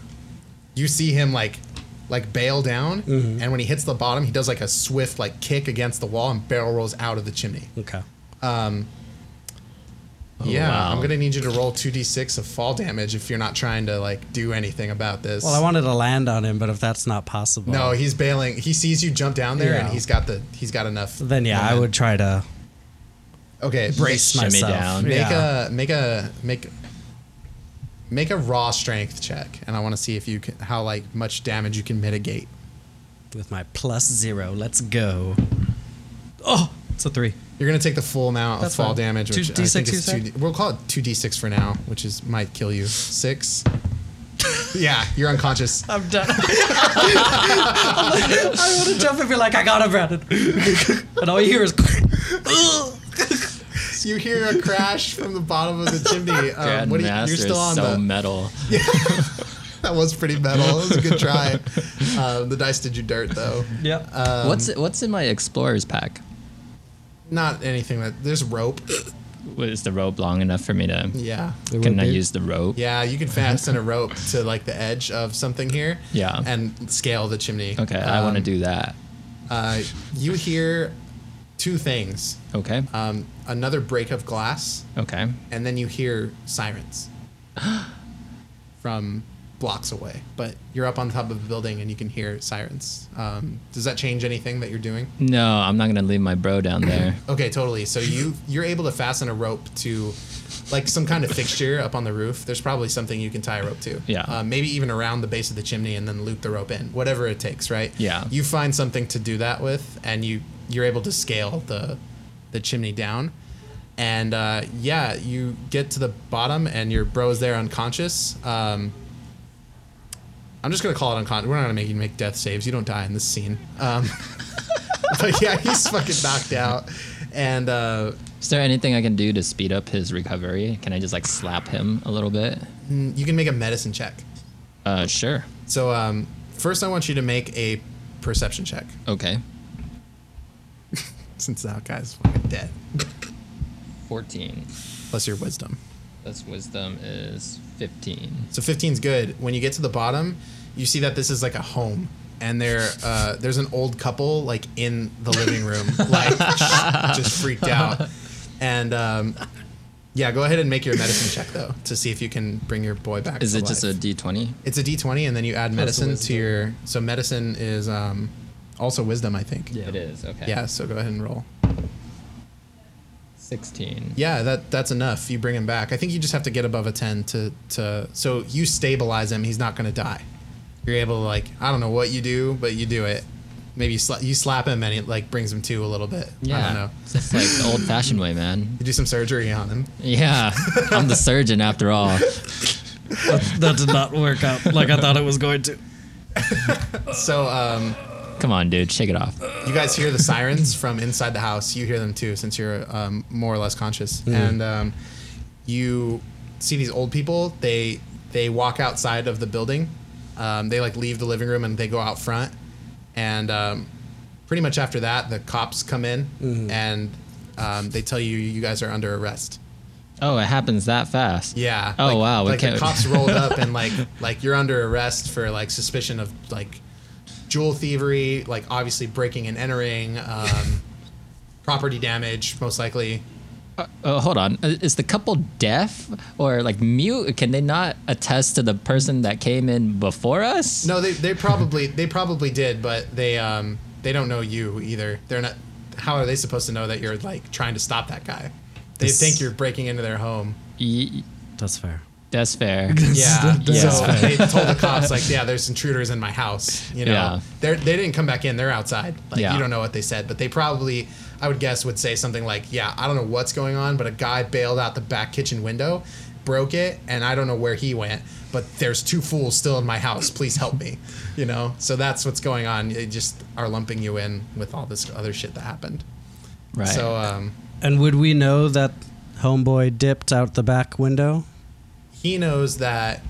you see him like like bail down. Mm-hmm. And when he hits the bottom, he does like a swift like kick against the wall and barrel rolls out of the chimney. Okay. Oh, Yeah, wow. I'm gonna need you to roll two d six of fall damage if you're not trying to like do anything about this. Well, I wanted to land on him, but if that's not possible, no, he's bailing. He sees you jump down there, and Yeah. he's got the he's got enough. Then yeah, I momentum. would try to Okay, brace shimmy myself. down. Make yeah. a make a make make a raw strength check, and I want to see if you can how like much damage you can mitigate. with my plus zero. Let's go. Oh, it's a three. You're gonna take the full amount That's of fall fine. damage, Two which I D6 think you is two. said? D- we'll call it two d six for now, which is might kill you. Six. yeah, you're unconscious. I'm done. I want to jump and be like, I got him, Brandon. and all you hear is. You hear a crash from the bottom of the chimney. Um, what do you, you're Grandmaster still on is so the. metal. That was pretty metal. It was a good try. Um, the dice did you dirt though. yep. um, what's what's in my explorer's pack? Not anything that there's rope. What, Is the rope long enough for me to? Yeah. Can I be. use the rope? Yeah, you can fasten a rope to like the edge of something here. Yeah. And scale the chimney. Okay, I want to Um, do that. Uh, you hear two things: Okay. um, another break of glass, okay. and then you hear sirens from blocks away. But you're up on top of a building, and you can hear sirens. Um, does that change anything that you're doing? No, I'm not gonna leave my bro down there. Okay, totally. So you you're able to fasten a rope to like some kind of fixture up on the roof. There's probably something you can tie a rope to. Yeah. Uh, maybe even around the base of the chimney and then loop the rope in. Whatever it takes, right? Yeah. You find something to do that with, and you you're able to scale the the chimney down. And uh, yeah, you get to the bottom, and your bro's there unconscious. Um, I'm just gonna call it unconscious. We're not gonna make you make death saves. You don't die in this scene. Um, but yeah, he's fucking knocked out, and uh, Is there anything I can do to speed up his recovery? Can I just like slap him a little bit? you can make a medicine check. Uh, sure. So um, first, I want you to make a perception check, Okay. since that guy's fucking dead. Fourteen. Plus your wisdom. That's wisdom is fifteen. So 15's good. When you get to the bottom, you see that this is like a home. And there, uh, there's an old couple like in the living room, like just freaked out. And um, yeah, go ahead and make your medicine check though to see if you can bring your boy back. Is to it just a life. D twenty? It's a D twenty, and then you add medicine to wisdom. your. So medicine is um, also wisdom, I think. It is. Okay. Yeah. So go ahead and roll. Sixteen. Yeah, that that's enough. You bring him back. I think you just have to get above a ten to to. So you stabilize him. He's not going to die. You're able to like I don't know what you do, but you do it. Maybe you, sla- you slap him and it like brings him to a little bit. I Ah. don't know. It's like the old fashioned way, man. You do some surgery on him. Yeah. I'm the surgeon after all. that, that did not work out like I thought it was going to. So um, Come on, dude, shake it off. you guys hear the sirens from inside the house. You hear them too, since you're um, more or less conscious. And um, you see these old people. They they walk outside of the building. Um, they like leave the living room and they go out front. And um, pretty much after that, the cops come in and um, they tell you you guys are under arrest. Oh, it happens that fast. Yeah. Oh like, wow. We Like the can't- cops rolled up and like like you're under arrest for like suspicion of like jewel thievery, like obviously breaking and entering, um, property damage most likely. Oh, hold on. Uh, Is the couple deaf or like mute? Can they not attest to the person that came in before us? No, they they probably they probably did, but they um they don't know you either. They're not. How are they supposed to know that you're like trying to stop that guy? They This- think you're breaking into their home. Y- That's fair. that's fair. Yeah. Yeah. So they told the cops like, yeah, there's intruders in my house. You know, Yeah. they're, they didn't come back in. They're outside. Like Yeah. you don't know what they said, but they probably, I would guess, would say something like, yeah, I don't know what's going on, but a guy bailed out the back kitchen window, broke it, and I don't know where he went. But there's two fools still in my house. Please help me. You know. So that's what's going on. They just are lumping you in with all this other shit that happened. Right. So um, And would we know that homeboy dipped out the back window? he knows that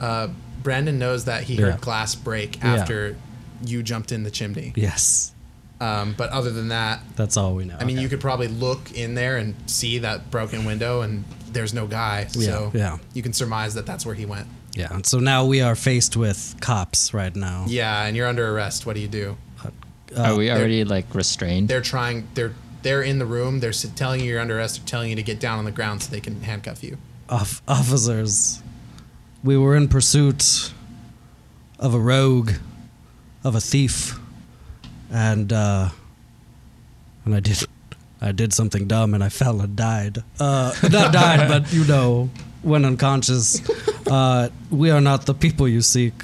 uh, Brandon knows that he heard Yeah. glass break Yeah. after you jumped in the chimney. Yes, Um, but other than that, that's all we know. I mean, you could probably look in there and see that broken window, and there's no guy. So Yeah, yeah. you can surmise that that's where he went. yeah. And so now we are faced with cops right now. Yeah, and you're under arrest. What do you do? Are we already like restrained? They're trying. They're they're in the room. They're s- telling you you're under arrest. They're telling you to get down on the ground so they can handcuff you. Off- officers, we were in pursuit of a rogue, of a thief, and uh, and I did I did something dumb and I fell and died. Uh, not died, but you know, went unconscious. Uh, we are not the people you seek.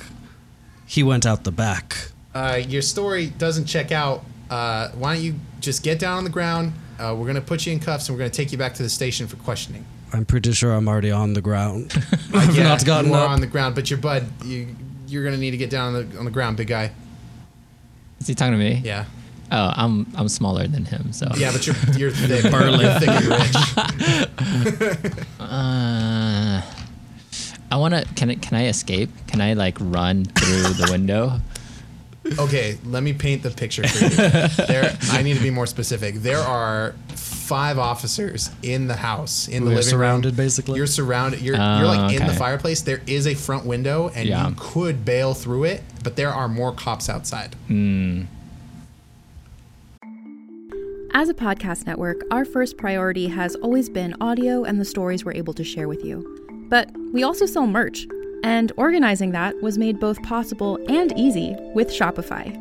He went out the back. Uh, your story doesn't check out. Uh, why don't you just get down on the ground? Uh, we're gonna put you in cuffs and we're gonna take you back to the station for questioning. I'm pretty sure I'm already on the ground. I've Yeah, not gotten you are up. on the ground, but your bud, you you're gonna need to get down on the on the ground, big guy. Is he talking to me? Yeah. Oh, I'm I'm smaller than him, so Yeah, but you're you're thick. Burly. You're thick and rich. Uh, I want to. Can I? Can I escape? Can I like run through the window? Okay, let me paint the picture for you. There, I need to be more specific. There are five officers in the house in the We are living surrounded, room. basically? Ah, You're surrounded. You're Oh, you're like in the okay. fireplace. There is a front window, and Yeah. you could bail through it, but there are more cops outside. Mm. As a podcast network, our first priority has always been audio and the stories we're able to share with you. But we also sell merch, and organizing that was made both possible and easy with Shopify.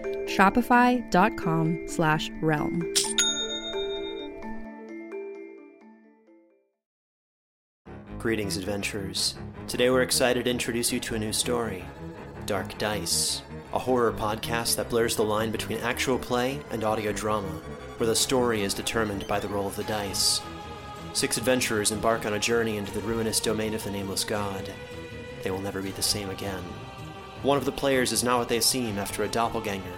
Shopify.com slash realm. Greetings, adventurers. Today we're excited to introduce you to a new story. Dark Dice, a horror podcast that blurs the line between actual play and audio drama, where the story is determined by the roll of the dice. Six adventurers embark on a journey into the ruinous domain of the Nameless God. They will never be the same again. One of the players is not what they seem after a doppelganger,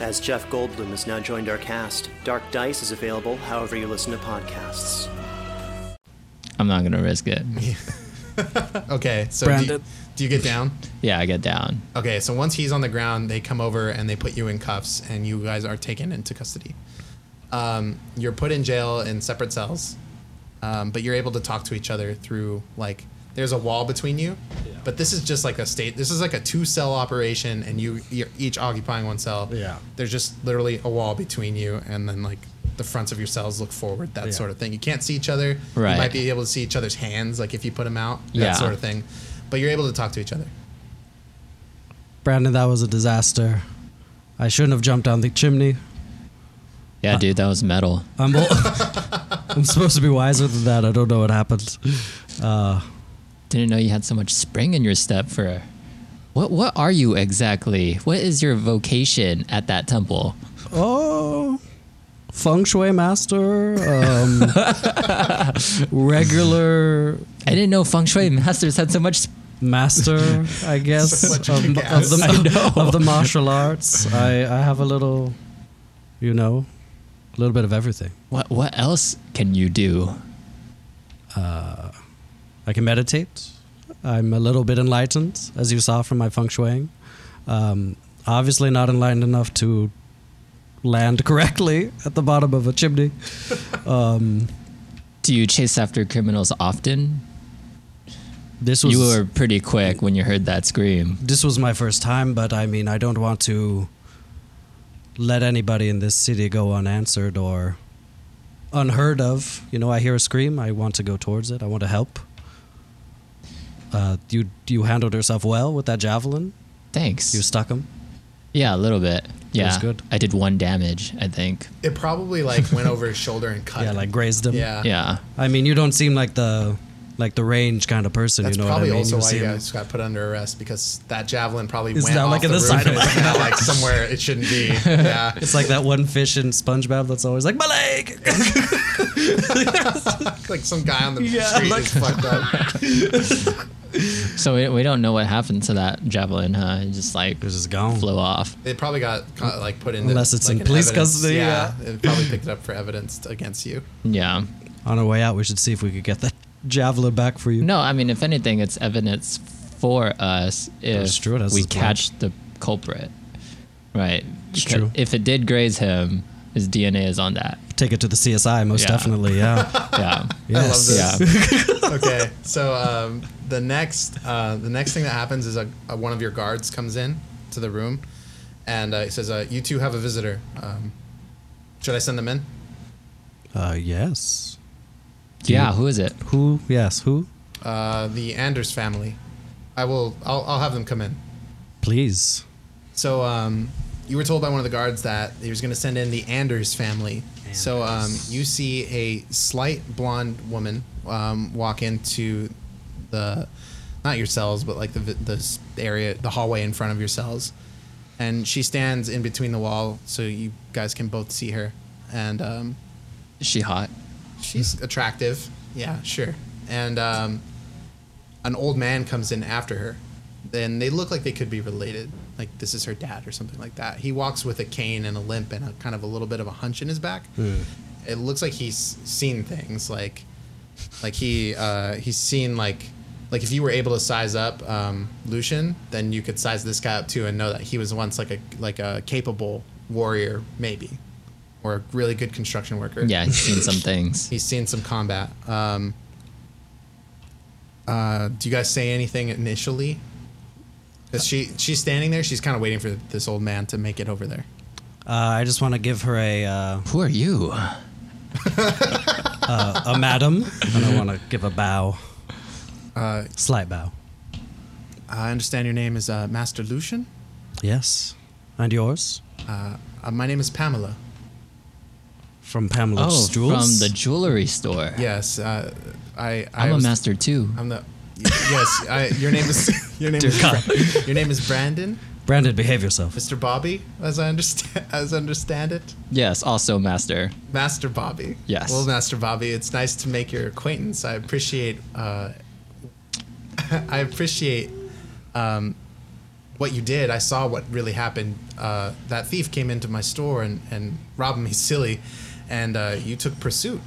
As Jeff Goldblum has now joined our cast, Dark Dice is available however you listen to podcasts. I'm not gonna risk it. Okay, so do you, Brandon. do you get down? Yeah, I get down. Okay, so once he's on the ground, they come over and they put you in cuffs, and you guys are taken into custody. Um, you're put in jail in separate cells, um, but you're able to talk to each other through like there's a wall between you. But this is just like a state. This is like a two cell operation, and you you're each occupying one cell. Yeah. There's just literally a wall between you, and then like the fronts of your cells look forward, that Yeah. sort of thing. You can't see each other. Right. You might be able to see each other's hands, like if you put them out, that Yeah. sort of thing. But you're able to talk to each other. Brandon, that was a disaster. I shouldn't have jumped down the chimney. Yeah, dude, that was metal. I'm, ol- I'm supposed to be wiser than that. I don't know what happened. Uh, Didn't know you had so much spring in your step for. a- What what are you exactly? What is your vocation at that temple? oh, feng shui master, um, regular I didn't know feng shui masters had so much. Sp- master, I guess, Such a of, of kick-ass. the, of the martial arts. I, I have a little, you know, a little bit of everything. what what else can you do? I can meditate. I'm a little bit enlightened, as you saw from my feng shuiing. Um, obviously, not enlightened enough to land correctly at the bottom of a chimney. Do you chase after criminals often? This was you were pretty quick when you heard that scream. this was my first time, but I mean, I don't want to let anybody in this city go unanswered or unheard of. You know, I hear a scream. I want to go towards it. I want to help. Uh, you you handled yourself well with that javelin. Thanks. You stuck him. yeah, a little bit. Yeah, was good. I did one damage, I think. It probably like went over his shoulder and cut. Yeah, him. like grazed him. yeah, Yeah. I mean, you don't seem like the like the range kind of person. That's you know probably what I mean? also you why you guys seem- got put under arrest because that javelin probably It's went now, off like, the in the roof side and of it's now like somewhere it shouldn't be. Yeah, It's like that one fish in SpongeBob that's always like my leg. like some guy on the street is fucked up. So we, we don't know what happened to that javelin, huh? It just like It was just gone. flew off. It probably got caught, like put in Unless it's like, in an police evidence- custody, it probably picked it up for evidence against you. Yeah. On our way out, we should see if we could get that javelin back for you. No, I mean, if anything, it's evidence for us That's if true, it has we his blood. catch the culprit. Right. It's Because true. If it did graze him, his DNA is on that. Take it to the CSI, most Yeah. definitely. Yeah. Yeah. yes. I love yeah. this. okay, so um, the next uh, the next thing that happens is a, a, one of your guards comes in to the room, and uh, he says, uh, "You two have a visitor. Um, should I send them in?" Uh, yes. Yeah. Who is it? Who? Yes. Who? Uh, the Anders family. I will. I'll, I'll have them come in. Please. So um, you were told by one of the guards that he was going to send in the Anders family. So um, you see a slight blonde woman um, walk into the not your cells, but like the vi- the s- area, the hallway in front of your cells, and she stands in between the wall, so you guys can both see her. And um, Is she hot? she's attractive. Yeah, sure. And um, an old man comes in after her. Then they look like they could be related. Like this is her dad or something like that. He walks with a cane and a limp and a kind of a little bit of a hunch in his back. It looks like he's seen things. Like, like he uh, he's seen like like if you were able to size up um, Lucian, then you could size this guy up too and know that he was once like a like a capable warrior maybe, or a really good construction worker. Yeah. I've seen some things. He's seen some combat. Um, uh, do you guys say anything initially? Is she she's standing there. She's kind of waiting for this old man to make it over there. Uh, I just want to give her a uh, Who are you? a madam, and I want to give a bow, Uh, slight bow. I understand your name is uh, Master Lucian. Yes, and yours Uh, my name is Pamela. from Pamela oh, Jules. from the jewelry store. Yes, uh, I, I. I'm a was- master too. I'm the. Yes, I, your name is your name is God. Bra- your name is Brandon, Brandon, behave yourself. Mr. Bobby, as I understand as I understand it, yes, also master. Master Bobby. Yes. Well, Master Bobby, it's nice to make your acquaintance. I appreciate. Uh, I appreciate um, what you did. I saw what really happened. Uh, that thief came into my store and and robbed me silly, and uh, you took pursuit.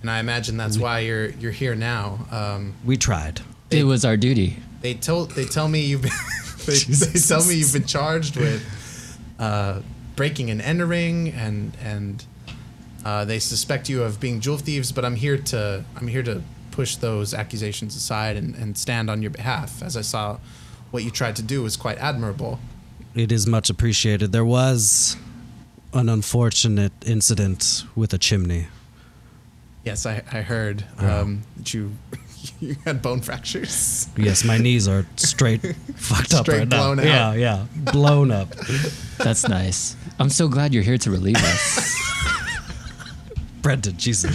And I imagine that's why you're you're here now. Um, We tried. It was our duty. they told they tell me you've been, they, they tell me you've been charged with uh, breaking and entering and and uh, they suspect you of being jewel thieves but I'm here to I'm here to push those accusations aside and, and stand on your behalf as I saw what you tried to do was quite admirable It is much appreciated. There was an unfortunate incident with a chimney. yes I, I heard um, that you you had bone fractures Yes, my knees are straight fucked up Straight right blown now. out. Yeah, yeah, blown up. That's nice. I'm so glad you're here to relieve us. Brandon, Jesus.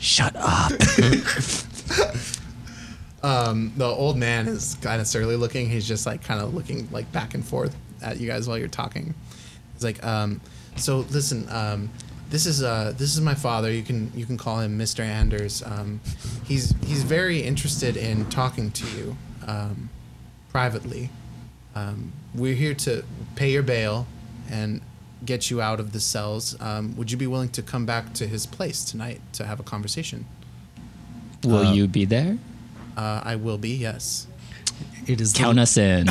Shut up. the old man is kind of surly looking. He's just like kind of looking like back and forth at you guys while you're talking. He's like, um, so listen, um, this is uh, this is my father. You can you can call him Mr. Anders. Um, he's he's very interested in talking to you um, privately. Um, we're here to pay your bail and get you out of the cells. Um, would you be willing to come back to his place tonight to have a conversation? Will you be there? Uh, I will be. Yes. It is Count the, us in.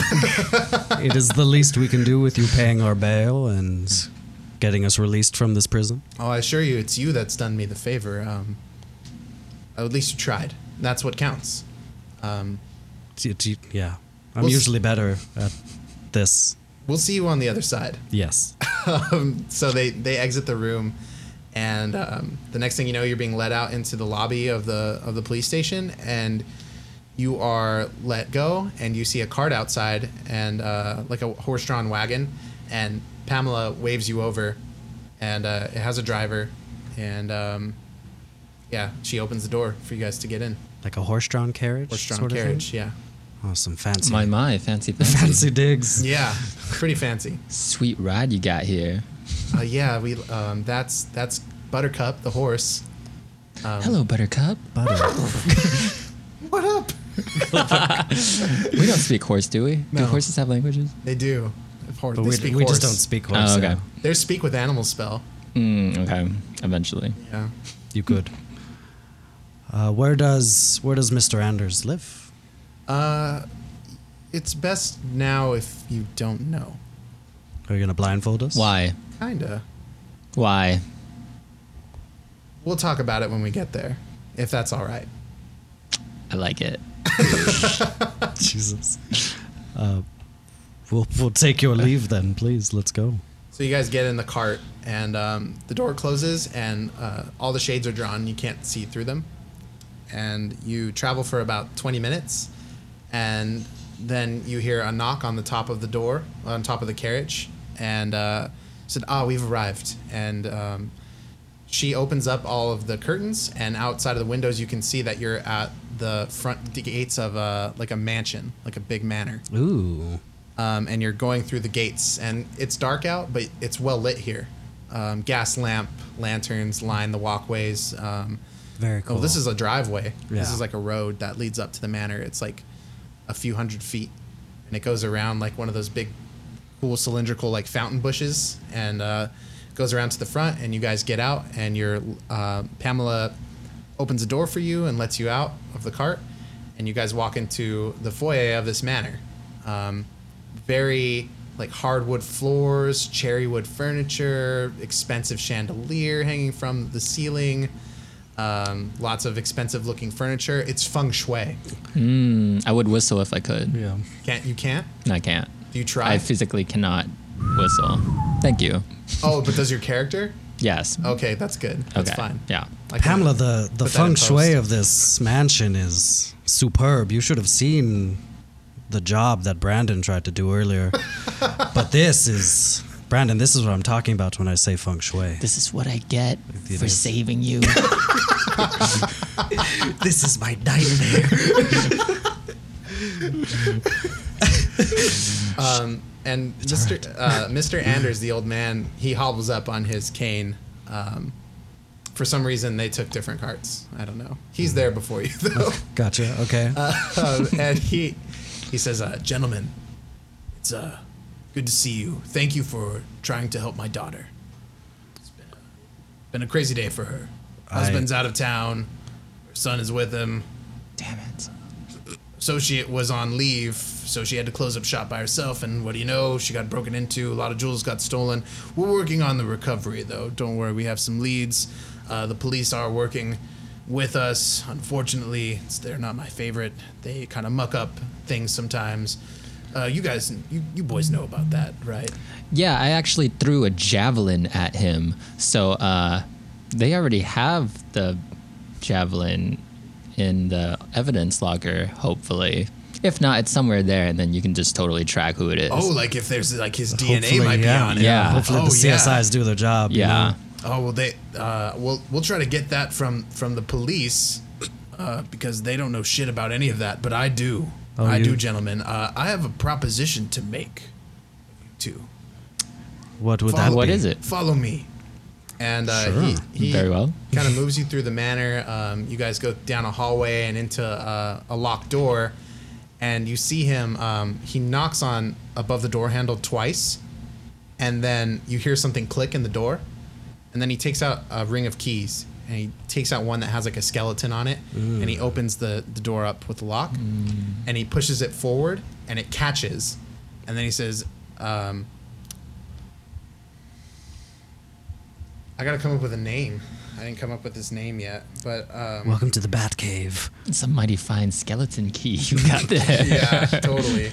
It is the least we can do with you paying our bail and getting us released from this prison. Oh, I assure you, it's you that's done me the favor. Um, at least you tried. That's what counts. T- t- Yeah. I'm Well, s- usually better at this. We'll see you on the other side. Yes. Um, so they, they exit the room, and um, the next thing you know, you're being led out into the lobby of the of the police station, and you are let go, and you see a cart outside, and uh, like a horse-drawn wagon, and Pamela waves you over, and uh, it has a driver, and um, yeah, she opens the door for you guys to get in. Like a horse drawn carriage? Horse-drawn sort of thing? carriage, yeah. Oh, some fancy, my my, fancy fancy. fancy digs. Yeah, pretty fancy. Sweet ride you got here. Uh, yeah, we um, that's that's Buttercup the horse. Hello, Buttercup. What up? We don't speak horse, do we? Do No. horses have languages? They do. Horse. But they we, speak we horse. just don't speak horse. Oh, okay. yeah. They speak with animal spell. Mm, okay, eventually. Yeah. You could. Uh, where does where does Mr. Anders live? It's best now if you don't know. Are you gonna blindfold us? Why? Kinda. Why? We'll talk about it when we get there, if that's all right. I like it. Jesus. Uh, we'll we'll take your leave then, please. Let's go. So you guys get in the cart, and um, the door closes, and uh, all the shades are drawn. You can't see through them, and you travel for about 20 minutes, and then you hear a knock on the top of the door, on top of the carriage, and uh, said, "Ah, we've arrived." And um, she opens up all of the curtains, and outside of the windows, you can see that you're at the front gates of a like a mansion, like a big manor Ooh. um, and you're going through the gates. And it's dark out, but it's well lit here. Um, gas lamp lanterns line the walkways. Um, Very Oh, cool. this is a driveway. This Yeah. is like a road that leads up to the manor. It's like a few hundred feet, and it goes around like one of those big, cool cylindrical like fountain bushes, and uh, goes around to the front. And you guys get out, and your uh, Pamela opens a door for you and lets you out of the cart, and you guys walk into the foyer of this manor. Um, very like hardwood floors, cherry wood furniture, expensive chandelier hanging from the ceiling um, lots of expensive looking furniture. It's feng shui. I would whistle if I could. Yeah. Can't you can't? I can't. Do you try? I physically cannot whistle. Thank you. oh, but does your character? Yes. Okay, that's good. Oh, That's fine. Yeah. I can Pamela, the, the put that in feng shui post. of this mansion is superb. You should have seen the job that Brandon tried to do earlier. but this is, Brandon, this is what I'm talking about when I say feng shui. This is what I get It for is. saving you. This is my nightmare. And Mr. Uh, Mr. Anders, the old man, he hobbles up on his cane. Um, for some reason, they took different carts. I don't know. He's Mm-hmm. there before you, though. gotcha. Okay. um, and he he says, uh, "Gentlemen, it's uh, good to see you. Thank you for trying to help my daughter. It's been a, been a crazy day for her. I- Husband's out of town. Her son is with him. Damn it. associate was on leave, so she had to close up shop by herself. And what do you know? She got broken into. A lot of jewels got stolen. We're working on the recovery, though. Don't worry, we have some leads. Uh, the police are working with us. Unfortunately, it's, they're not my favorite. They kind of muck up things sometimes. Uh, you guys, you, you boys know about that, right? Yeah, I actually threw a javelin at him. So uh, they already have the javelin in the evidence locker, hopefully. If not, it's somewhere there, and then you can just totally track who it is. Oh, like if there's like his DNA Hopefully, might yeah, be on it. yeah. Hopefully Oh, the yeah. CSIs do their job. you yeah. know? Oh well, they uh, we'll we'll try to get that from from the police uh, because they don't know shit about any of that, but I do. Oh, I you- do, gentlemen. Uh, I have a proposition to make. To What would that Follow- be? What is it? follow me, and uh, he, Sure. he Very well. kind of moves you through the manor. Um, you guys go down a hallway and into uh, a locked door, and you see him. Um, he knocks on above the door handle twice, and then you hear something click in the door, and then he takes out a ring of keys and he takes out one that has like a skeleton on it, and Mm. he opens the the door up with the lock, and he pushes it forward, and it catches, and then he says. Um, I gotta come up with a name. I didn't come up with his name yet, but um, Welcome to the Bat Cave. It's a mighty fine skeleton key you got there. yeah, totally.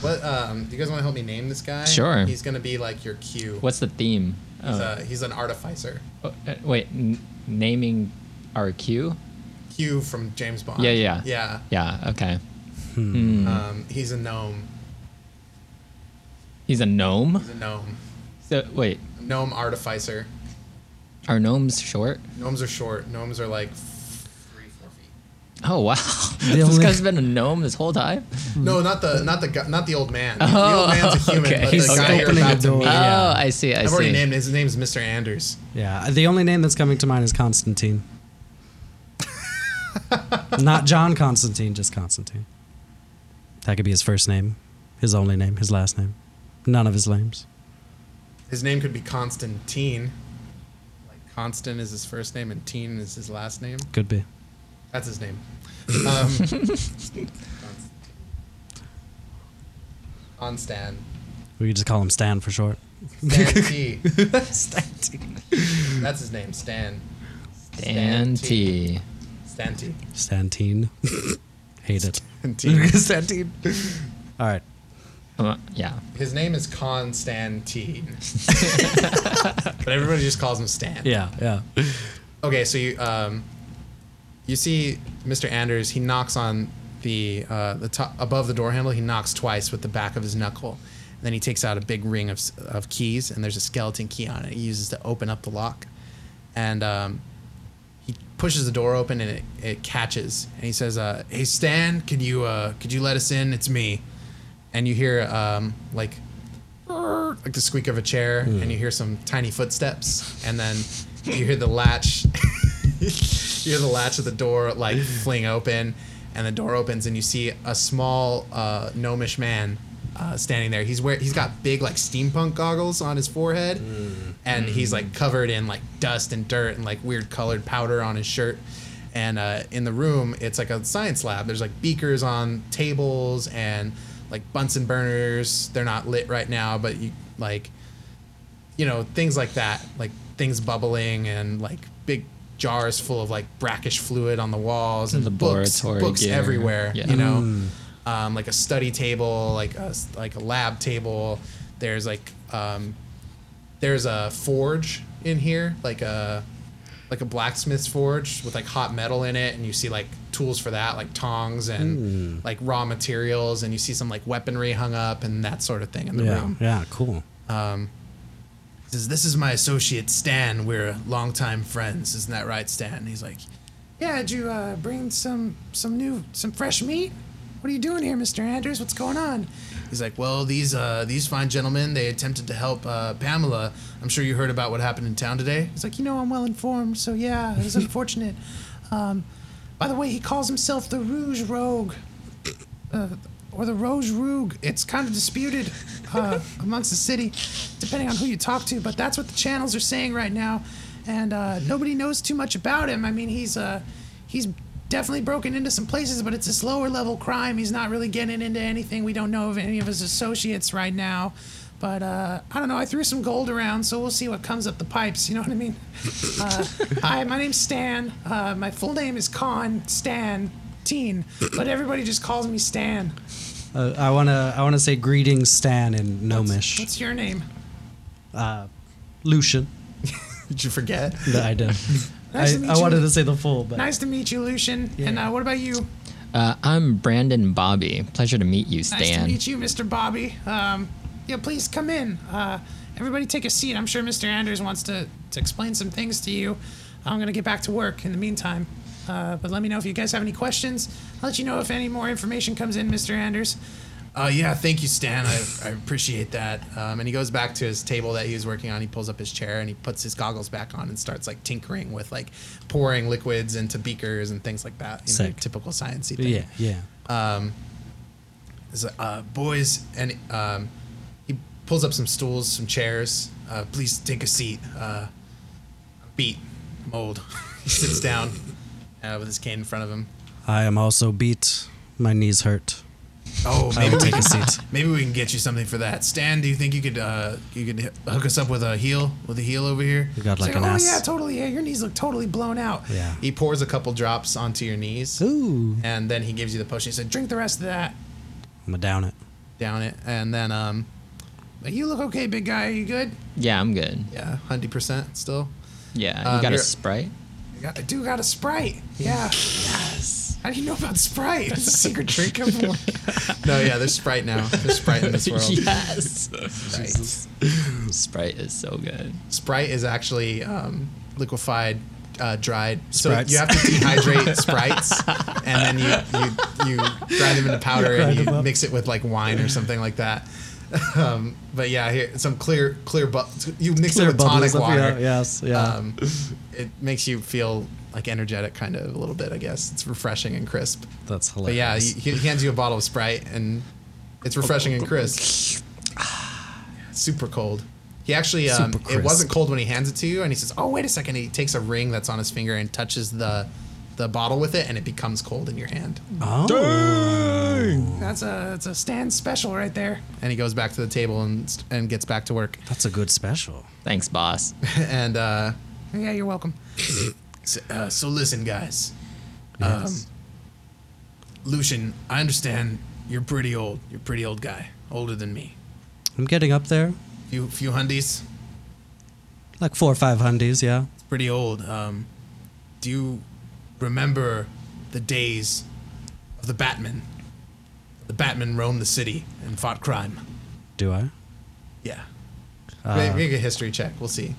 What um, do you guys want to help me name this guy? Sure. He's gonna be like your Q. What's the theme? He's, Oh, uh, he's an artificer. uh, wait, n- naming our queue? Q from James Bond. Yeah, yeah. Mm. Yeah. Yeah, okay. Um, he's a gnome. He's a gnome? He's a gnome. So, wait, Gnome artificer. are gnomes short? Gnomes are short. Gnomes are like f- three, four feet. Oh, wow. this only- guy's been a gnome this whole time? No, not the not the gu- not the old man. The- the old Oh, man's a human, okay. but He's the guy you're opening about the to door. meet. Uh, Yeah. Oh, I see, I I've see. already named his name's Mr. Anders. Yeah. The only name that's coming to mind is Constantine. Not John Constantine, just Constantine. That could be his first name, his only name, his last name. None of his names. His name could be Constantine. Like Constant is his first name and Teen is his last name. Could be. That's his name. Um, on Stan. We could just call him Stan for short. Stan T. Stan. That's his name, Stan. Dan T. Stan T. Stantine. Hate it. Stan T. Stantine. All right. Uh, yeah. His name is Constantine. but everybody just calls him Stan. Yeah, yeah. Okay, so you um, you see Mr. Anders. He knocks on the uh, the top above the door handle. He knocks twice with the back of his knuckle. And then he takes out a big ring of s- of keys, and there's a skeleton key on it. He uses to open up the lock, and um, he pushes the door open, and it, it catches. And he says, uh, "Hey Stan, could you uh, could you let us in? It's me." And you hear um, like like the squeak of a chair, and you hear some tiny footsteps, and then you hear the latch. you hear the latch of the door like fling open, and the door opens, and you see a small uh, gnomish man uh, standing there. He's wear he's got big like steampunk goggles on his forehead, and he's Mm. like covered in like dust and dirt and like weird colored powder on his shirt. And uh, in the room, it's like a science lab. There's like beakers on tables and like Bunsen burners. They're not lit right now, but you like, you know, things like that, like things bubbling and like big jars full of like brackish fluid on the walls and books, Laboratory books gear. everywhere. Yeah. You know, um, like a study table, like a s- like a lab table. There's like um, there's a forge in here, like a like a blacksmith's forge with like hot metal in it, and you see like tools for that, like tongs and like raw materials, and you see some like weaponry hung up and that sort of thing in the Yeah, room. yeah, cool. He says, "This is my associate Stan. We're longtime friends, isn't that right, Stan?" And he's like, "Yeah, did you uh, bring some some new some fresh meat? What are you doing here, Mister Anders? What's going on?" He's like, "Well, these uh, these fine gentlemen they attempted to help uh, Pamela. I'm sure you heard about what happened in town today." He's like, "You know, I'm well informed, so yeah, it was unfortunate." Um, by the way, he calls himself the Rouge Rogue or the Rose Rogue. It's kind of disputed uh, amongst the city, depending on who you talk to. But that's what the channels are saying right now, and uh, nobody knows too much about him. I mean, he's uh, he's definitely broken into some places, but it's this lower level crime. He's not really getting into anything. We don't know of any of his associates right now. But uh, I don't know. I threw some gold around, so we'll see what comes up the pipes. You know what I mean? Uh, hi, my name's Stan. Uh, my full name is Con Stan Teen, but everybody just calls me Stan. Uh, I wanna I wanna say greetings, Stan, in Gnomish. What's your name? Lucian. Did you forget? That I did. Nice I, to meet I you. wanted to say the full, but Nice to meet you, Lucian. And uh, what about you? Uh, I'm Brandon Bobby. Pleasure to meet you, Nice to Stan. meet you, Mr. Bobby. Um, yeah, please come in. Uh, everybody take a seat. I'm sure Mr. Anders wants to, to explain some things to you. I'm going to get back to work in the meantime. Uh, but let me know if you guys have any questions. I'll let you know if any more information comes in, Mr. Anders. Uh, yeah, thank you, Stan. I, I appreciate that. Um, and he goes back to his table that he was working on. He pulls up his chair and he puts his goggles back on and starts like tinkering with like pouring liquids into beakers and things like that. You know, Sick. typical sciencey thing. yeah, yeah. He's like, uh, boys, and um, he pulls up some stools, some chairs. Uh, please take a seat. Uh, I'm beat, I'm old. he sits down uh, with his cane in front of him. I am also beat. My knees hurt. Oh, I maybe will we, take a seat. maybe we can get you something for that. Stan, do you think you could uh, you could h- hook us up with a heel with a heel over here? You got He's like an ass. Oh yeah, totally. Yeah, your knees look totally blown out. Yeah. He pours a couple drops onto your knees, Ooh. and then he gives you the potion. He said, "Drink the rest of that." I'ma down it. down it, and then um, like, you look okay, big guy. Are you good? yeah, I'm good. Yeah, hundred percent still. Yeah, you Um, got a you're- sprite? I, got, I do got a sprite. Yeah. Yes. How do you know about sprite? It's a secret drink. of mine. no, yeah, there's sprite now. There's sprite in this world. yes. Sprite. Sprite is so good. Sprite is actually um, liquefied, uh, dried. Sprites. So you have to dehydrate sprites, and then you you, you grind them into powder and them you up. mix it with like wine or something like that. Um, but yeah, here some clear clear bu- you mix it with tonic bubbles up, water. Yeah, yes, yeah. Um, it makes you feel like energetic, kind of a little bit. I guess it's refreshing and crisp. That's But yeah, hilarious. he, he hands you a bottle of Sprite, and it's refreshing and crisp. Super cold. He actually, um, Super it wasn't crisp. cold when he hands it to you, and he says, "Oh, wait a second. He takes a ring that's on his finger and touches the, the bottle with it, and it becomes cold in your hand. oh, That's a that's a stand special right there. And he goes back to the table and and gets back to work. that's a good special. Thanks, boss. and uh, yeah, you're welcome. so, uh, so listen, guys. Um, Lucian, I understand you're pretty old. You're a pretty old guy, older than me. I'm getting up there, Few few hundies, like four or five hundies. Yeah. it's pretty old. Um, do you remember the days of the Batman? The Batman roamed the city and fought crime. Do I? Yeah. Uh, Make a history check. We'll see.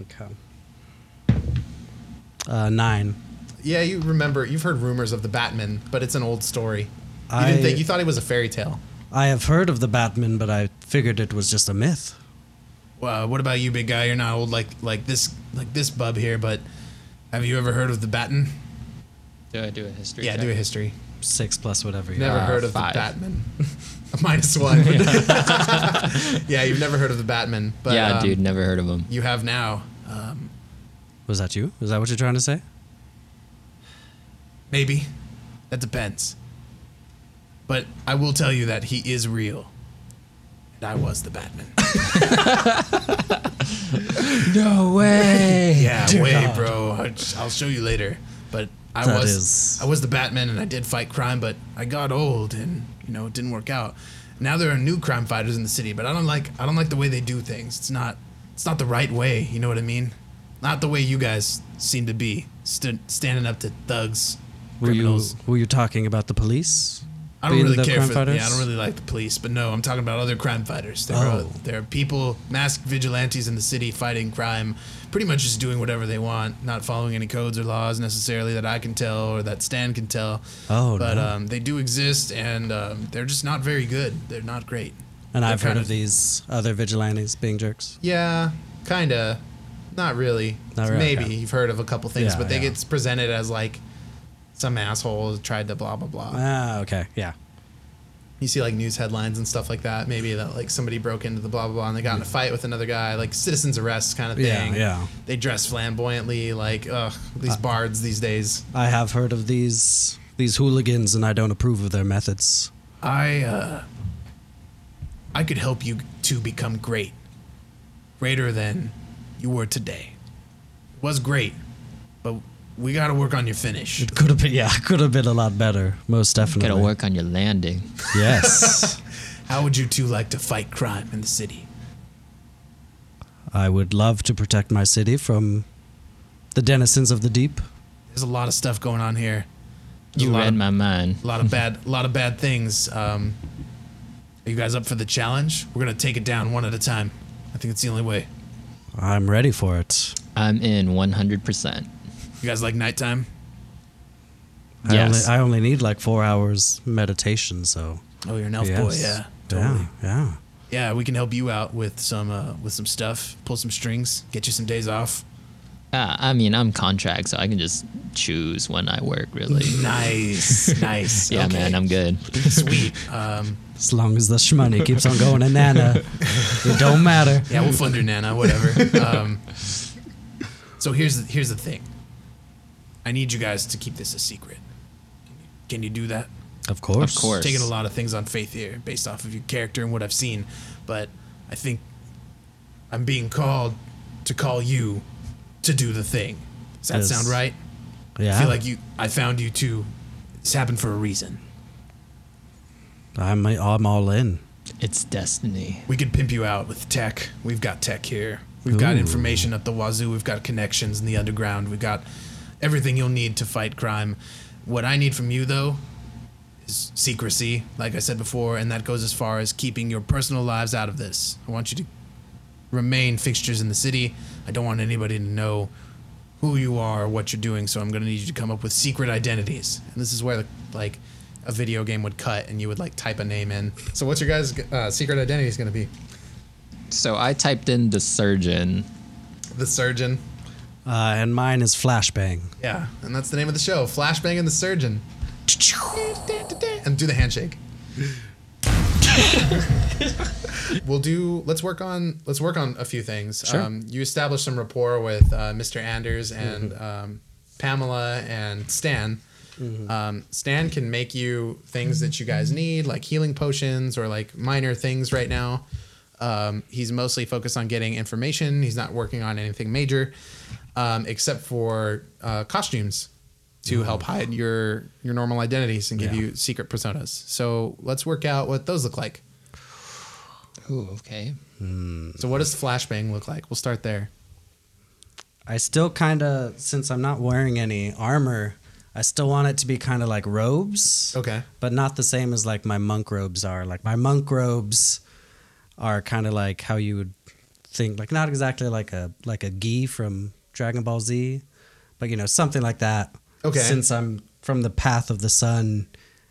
Okay. Uh, nine. Yeah, you remember. You've heard rumors of the Batman, but it's an old story. You I- didn't think you thought it was a fairy tale. I have heard of the Batman, but I figured it was just a myth. Well, what about you, big guy? You're not old like like this like this bub here, but have you ever heard of the Batman? Do I do a history? Yeah, check? do a history. Six plus whatever. You Never Uh, heard of five. the Batman. A minus one. yeah. you've never heard of the Batman, but yeah, um, dude, never heard of him. you have now. Um, Was that you? Is that what you're trying to say? maybe that depends. But I will tell you that he is real, and I was the Batman. No way. Yeah, wait, bro. I- I'll show you later. But I That was is- I was the Batman and I did fight crime, but I got old and you know it didn't work out. Now there are new crime fighters in the city, but I don't like I don't like the way they do things. It's not it's not the right way. You know what I mean? Not the way you guys seem to be st- standing up to thugs, Were you criminals. were you talking about the police? I don't being really the care crime for fighters? yeah. I don't really like the police, but no, I'm talking about other crime fighters. There are Oh. there are people, masked vigilantes in the city fighting crime, pretty much just doing whatever they want, not following any codes or laws necessarily that I can tell or that Stan can tell. Oh, but no. um, they do exist, and um, they're just not very good. They're not great. And I've They're heard kind of these other vigilantes being jerks. Yeah, kinda. Not really. Not really, Maybe okay. you've heard of a couple things, Yeah, but they yeah. get presented as like some asshole tried to blah blah blah. Ah, okay, yeah. you see like news headlines and stuff like that. Maybe that like somebody broke into the blah blah blah and they got in a fight with another guy, like citizens arrest kind of Yeah, thing. yeah. They dress flamboyantly, like ugh, these bards these days. I have heard of these these hooligans, and I don't approve of their methods. I uh, I could help you to become great, greater than you were today. was great, but we got to work on your finish. Could have been, yeah, could have been a lot better, most definitely. Gotta work on your landing. Yes, How would you two like to fight crime in the city? I would love to protect my city from the denizens of the deep. There's a lot of stuff going on here. There's a You lot read of- my mind. a lot of bad a lot of bad things um, are you guys up for the challenge we're gonna take it down one at a time i think it's the only way I'm ready for it. I'm in 100%. you guys like nighttime Yes. I, only, I only need like four hours meditation, so. oh you're an elf boy yeah totally yeah, yeah. yeah we can help you out with some uh, with some stuff pull some strings get you some days off Ah, I mean, I'm contract, so I can just choose when I work, really. nice nice Yeah, Okay. man, I'm good. sweet um, As long as the shmoney keeps on going and Nana, it don't matter. yeah we'll fund your nana whatever um, so here's the, here's the thing i need you guys to keep this a secret can you do that Of course. Of course. taking a lot of things on faith here based off of your character and what I've seen, but I think I'm being called to call you to do the thing. Does that Yes. sound right? Yeah. I feel like you I found you too. It's happened for a reason. I'm, I'm all in. It's destiny. We could pimp you out with tech. We've got tech here. We've got Ooh. information at the wazoo. We've got connections in the underground. We've got everything you'll need to fight crime. What I need from you, though, is secrecy, like I said before, and that goes as far as keeping your personal lives out of this. I want you to remain fixtures in the city. I don't want anybody to know who you are or what you're doing, so I'm going to need you to come up with secret identities. And this is where, like, a video game would cut and you would, like, type a name in. So, what's your guys' uh, secret identity is going to be? So I typed in the surgeon. The Surgeon. Uh, and mine is flashbang. Yeah, and that's the name of the show Flashbang and the Surgeon. And do the handshake. we'll do let's work on let's work on a few things Sure. um, you established some rapport with uh, mr anders and um, pamela and stan um, stan can make you things that you guys need like healing potions or like minor things right now um, he's mostly focused on getting information he's not working on anything major um, except for uh, costumes to help hide your your normal identities and give Yeah. you secret personas so let's work out what those look like Ooh, okay. Hmm. so what does flashbang look like? We'll start there. I still kind of, since I'm not wearing any armor, I still want it to be kind of like robes. Okay. But not the same as like my monk robes are. Like my monk robes are kind of like how you would think, like not exactly like a like a gi from Dragon Ball Z, but you know something like that. Okay. Since I'm from the path of the sun,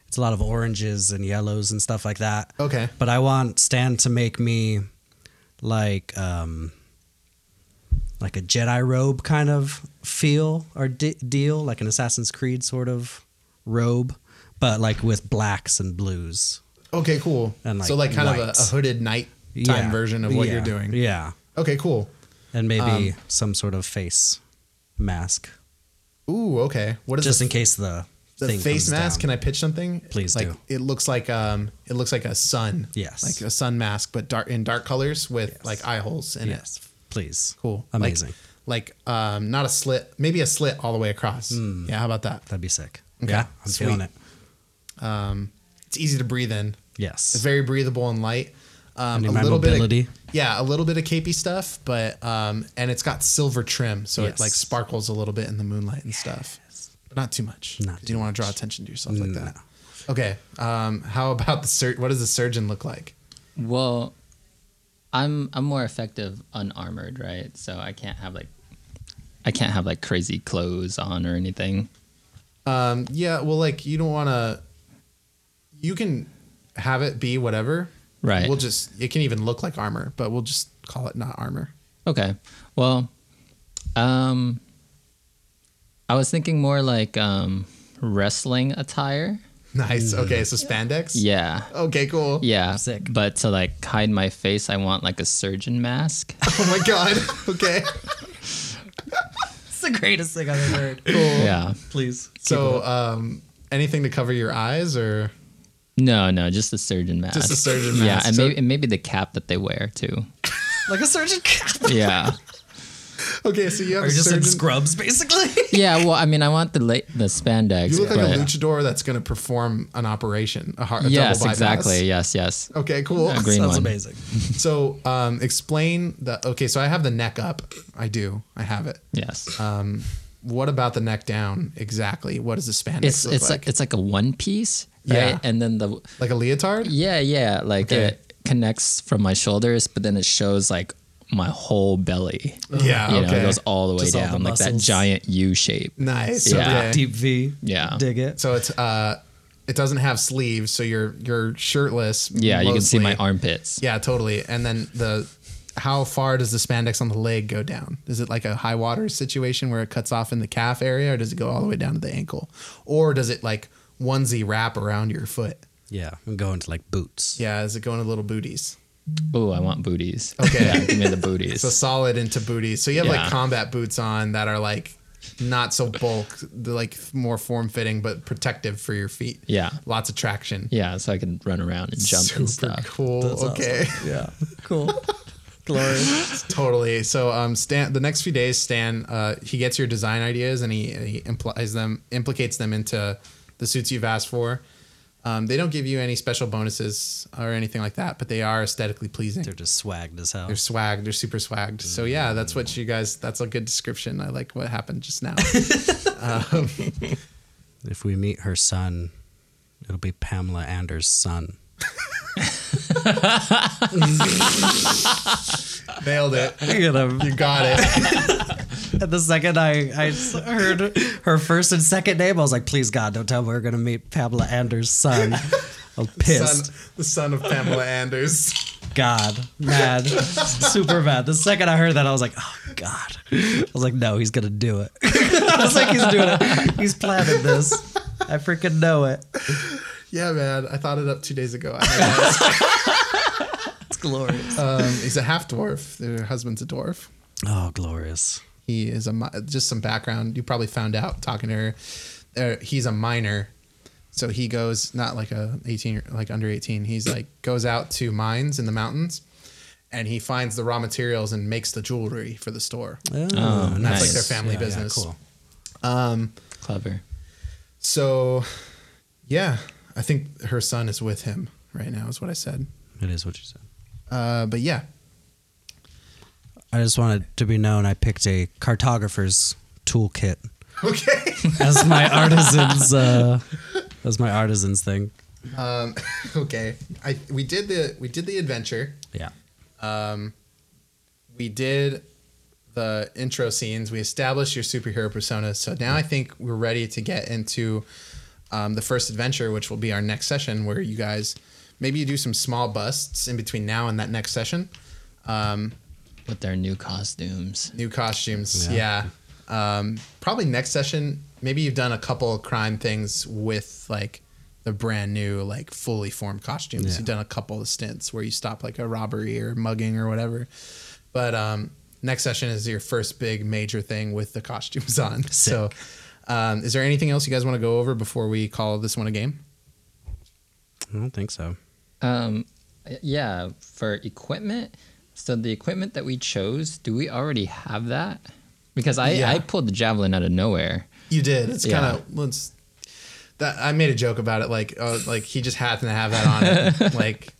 it's a lot of oranges and yellows and stuff like that. Okay. But I want Stan to make me like um like a Jedi robe kind of feel or de- deal, like an Assassin's Creed sort of robe, but like with blacks and blues. Okay, cool. And, like, so like kind of a, a lights. hooded nighttime Yeah. version of what Yeah. you're doing. Um, Yeah. Okay, cool. And maybe some sort of face mask, Ooh, okay. What is just the, in case the the thing face comes mask? down. Can I pitch something? Please like, do. It looks like um, it looks like a sun. Yes. Like a sun mask, but dark in dark colors with Yes. like eye holes in Yes. it. please. Cool. Like- Amazing. Like, um, not a slit, maybe a slit all the way across. Hmm. Yeah, how about that? That'd be sick. Okay, Yeah, I'm sweet. feeling it. It's easy to breathe in. Yes. It's very breathable and light. Um, Any a little mobility? bit, of, yeah, a little bit of capey stuff, but um, and it's got silver trim, so Yes. it like sparkles a little bit in the moonlight and stuff, but not too much. Not 'cause too you don't want to draw attention to yourself like that. Okay, um, how about the sur- What does the surgeon look like? Well, I'm I'm more effective unarmored, right? So I can't have like I can't have like crazy clothes on or anything. Um, yeah, well, like you don't want to. You can have it be whatever. Right. We'll just. It can even look like armor, but we'll just call it not armor. Okay. Well, um I was thinking more like um wrestling attire. Nice. Mm. Okay, so spandex. Yeah. Okay, cool. Yeah. Sick. But to like hide my face, I want like a surgeon mask. Oh my god. Okay. It's the greatest thing I've ever heard. yeah. Please. So, um, anything to cover your eyes or No, no, just a surgeon mask. just a surgeon mask? yeah, and So- maybe and maybe the cap that they wear too. like a surgeon cap. Yeah. okay, so you have Or a just in surgeon. scrubs, basically. yeah, well, I mean, I want the la- the spandex. You look like but- a luchador that's going to perform an operation, a heart. A Yes, double bypass. exactly. Yes, yes. Okay, cool. Green Sounds one. amazing. So, um, explain the. Okay, so I have the neck up. I do. I have it. Yes. Uh, What about the neck down exactly? What does the spandex it's look it's like? like it's like a one piece, right? Yeah. And then the like a leotard? yeah, yeah, like Okay. it connects from my shoulders, but then it shows like my whole belly. Yeah, You know, okay. it goes all the way Just all the down, like that muscles. giant U shape. Nice. Yeah. Okay. Deep V. Yeah. Dig it. So it's uh it doesn't have sleeves, so you're you're shirtless. Yeah, you can see my mostly. armpits. Yeah, totally. And then the how far does the spandex on the leg go down? Is it like a high water situation where it cuts off in the calf area or does it go all the way down to the ankle? Or does it like onesie wrap around your foot? Yeah, I'm going to like boots. Yeah, is it going to little booties? Ooh, I want booties. Okay. Yeah, give me the booties. So solid into booties. So you have Yeah. like combat boots on that are like not so bulk, they're like more form fitting but protective for your feet. Yeah. Lots of traction. yeah, so I can run around and jump and Super stuff. cool. okay. Yeah. Cool. Glory. totally. So, um, Stan, the next few days, Stan, uh, he gets your design ideas and he, he implies them, implicates them into the suits you've asked for. Um, they don't give you any special bonuses or anything like that, but they are aesthetically pleasing. They're They're, just swagged as hell. swagged. They're super swagged. So yeah, that's what you guys. That's a good description. I like what happened just now. If we meet her son, it'll be Pamela Anders' son. Nailed it. You know, You got it. the second I, I s- heard her first and second name, I was like, please God, don't tell me we're going to meet Pamela Anders' son. I'm pissed. Son, the son of Pamela Anders. God, mad, super mad. The second I heard that, I was like, oh God. I was like, no, he's gonna do it. I was like, he's doing it. He's planning this. I freaking know it. Yeah, man. I thought it up two days ago. I had to ask. It's glorious. um, he's a half dwarf. Their husband's a dwarf. oh, glorious. he is a mi- just some background you probably found out talking to her uh, he's a minor so he goes not like a 18 year- like under 18 he's like goes out to mines in the mountains and he finds the raw materials and makes the jewelry for the store Oh, and that's like their family Yeah, yeah, business cool. Clever. so yeah i think her son is with him right now is what i said It is what you said. uh, but yeah I just wanted to be known I picked a cartographer's toolkit okay as my artisan's uh as my artisan's thing. okay i we did the we did the adventure Yeah. we did the intro scenes. We established your superhero personas. So now I think we're ready to get into um, the first adventure, which will be our next session, where you guys maybe you do some small busts in between now and that next session. With their new costumes. New costumes, yeah. Um, probably next session. Maybe you've done a couple of crime things with like the brand new, like fully formed costumes. Yeah. You've done a couple of stints where you stop like a robbery or mugging or whatever. But um, next session is your first big major thing with the costumes on. So, um, is there anything else you guys want to go over before we call this one a game? I don't think so. Um, yeah, for equipment, So the equipment that we chose, do we already have that? Because I, Yeah. I pulled the javelin out of nowhere. You did. It's Yeah. kind of let's. That I made a joke about it, like uh, like he just happened to have that on it. like,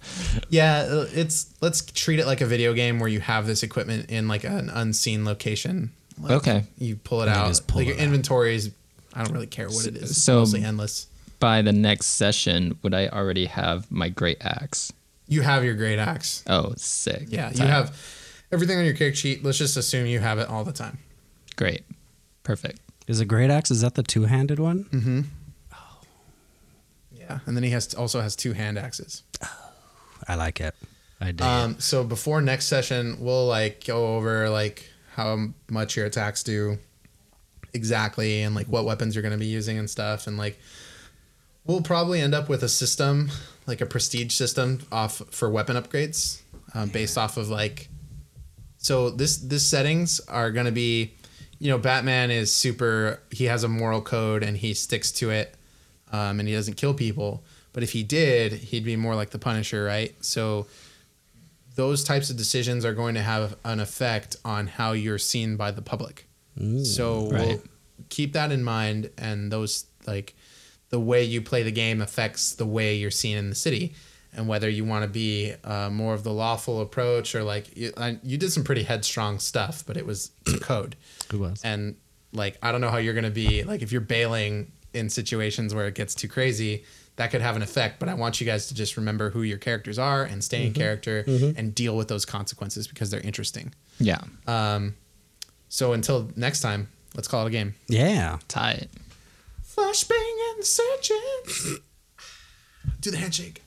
yeah, uh, it's let's treat it like a video game where you have this equipment in like an unseen location. Like, Okay. you pull it And you out. just pull like your it out. inventory is. I don't really care what it is. It's so- mostly endless. By the next session, would I already have my great axe? You have your great axe. Oh, sick. Yeah, you Tight. have everything on your character sheet. Let's just assume you have it all the time. Great. Perfect. Is a great axe? Is that the two-handed one? Mm. Yeah, and then he has also has two hand axes. I like it. I dig it. Um, so before next session, we'll like go over like how much your attacks do exactly, and like what weapons you're going to be using and stuff, and like we'll probably end up with a system like a prestige system off for weapon upgrades um, based off of like so this this settings are going to be you know batman is super he has a moral code and he sticks to it um, and he doesn't kill people but if he did he'd be more like the punisher right so those types of decisions are going to have an effect on how you're seen by the public so right. we'll keep that in mind and those like the way you play the game affects the way you're seen in the city and whether you want to be uh, more of the lawful approach or like you, I, you did some pretty headstrong stuff but it was to code It was. and like i don't know how you're going to be like if you're bailing in situations where it gets too crazy that could have an effect but i want you guys to just remember who your characters are and stay in character and deal with those consequences because they're interesting Yeah. Uh, so until next time let's call it a game Yeah. Tight. flashbang and searching do the handshake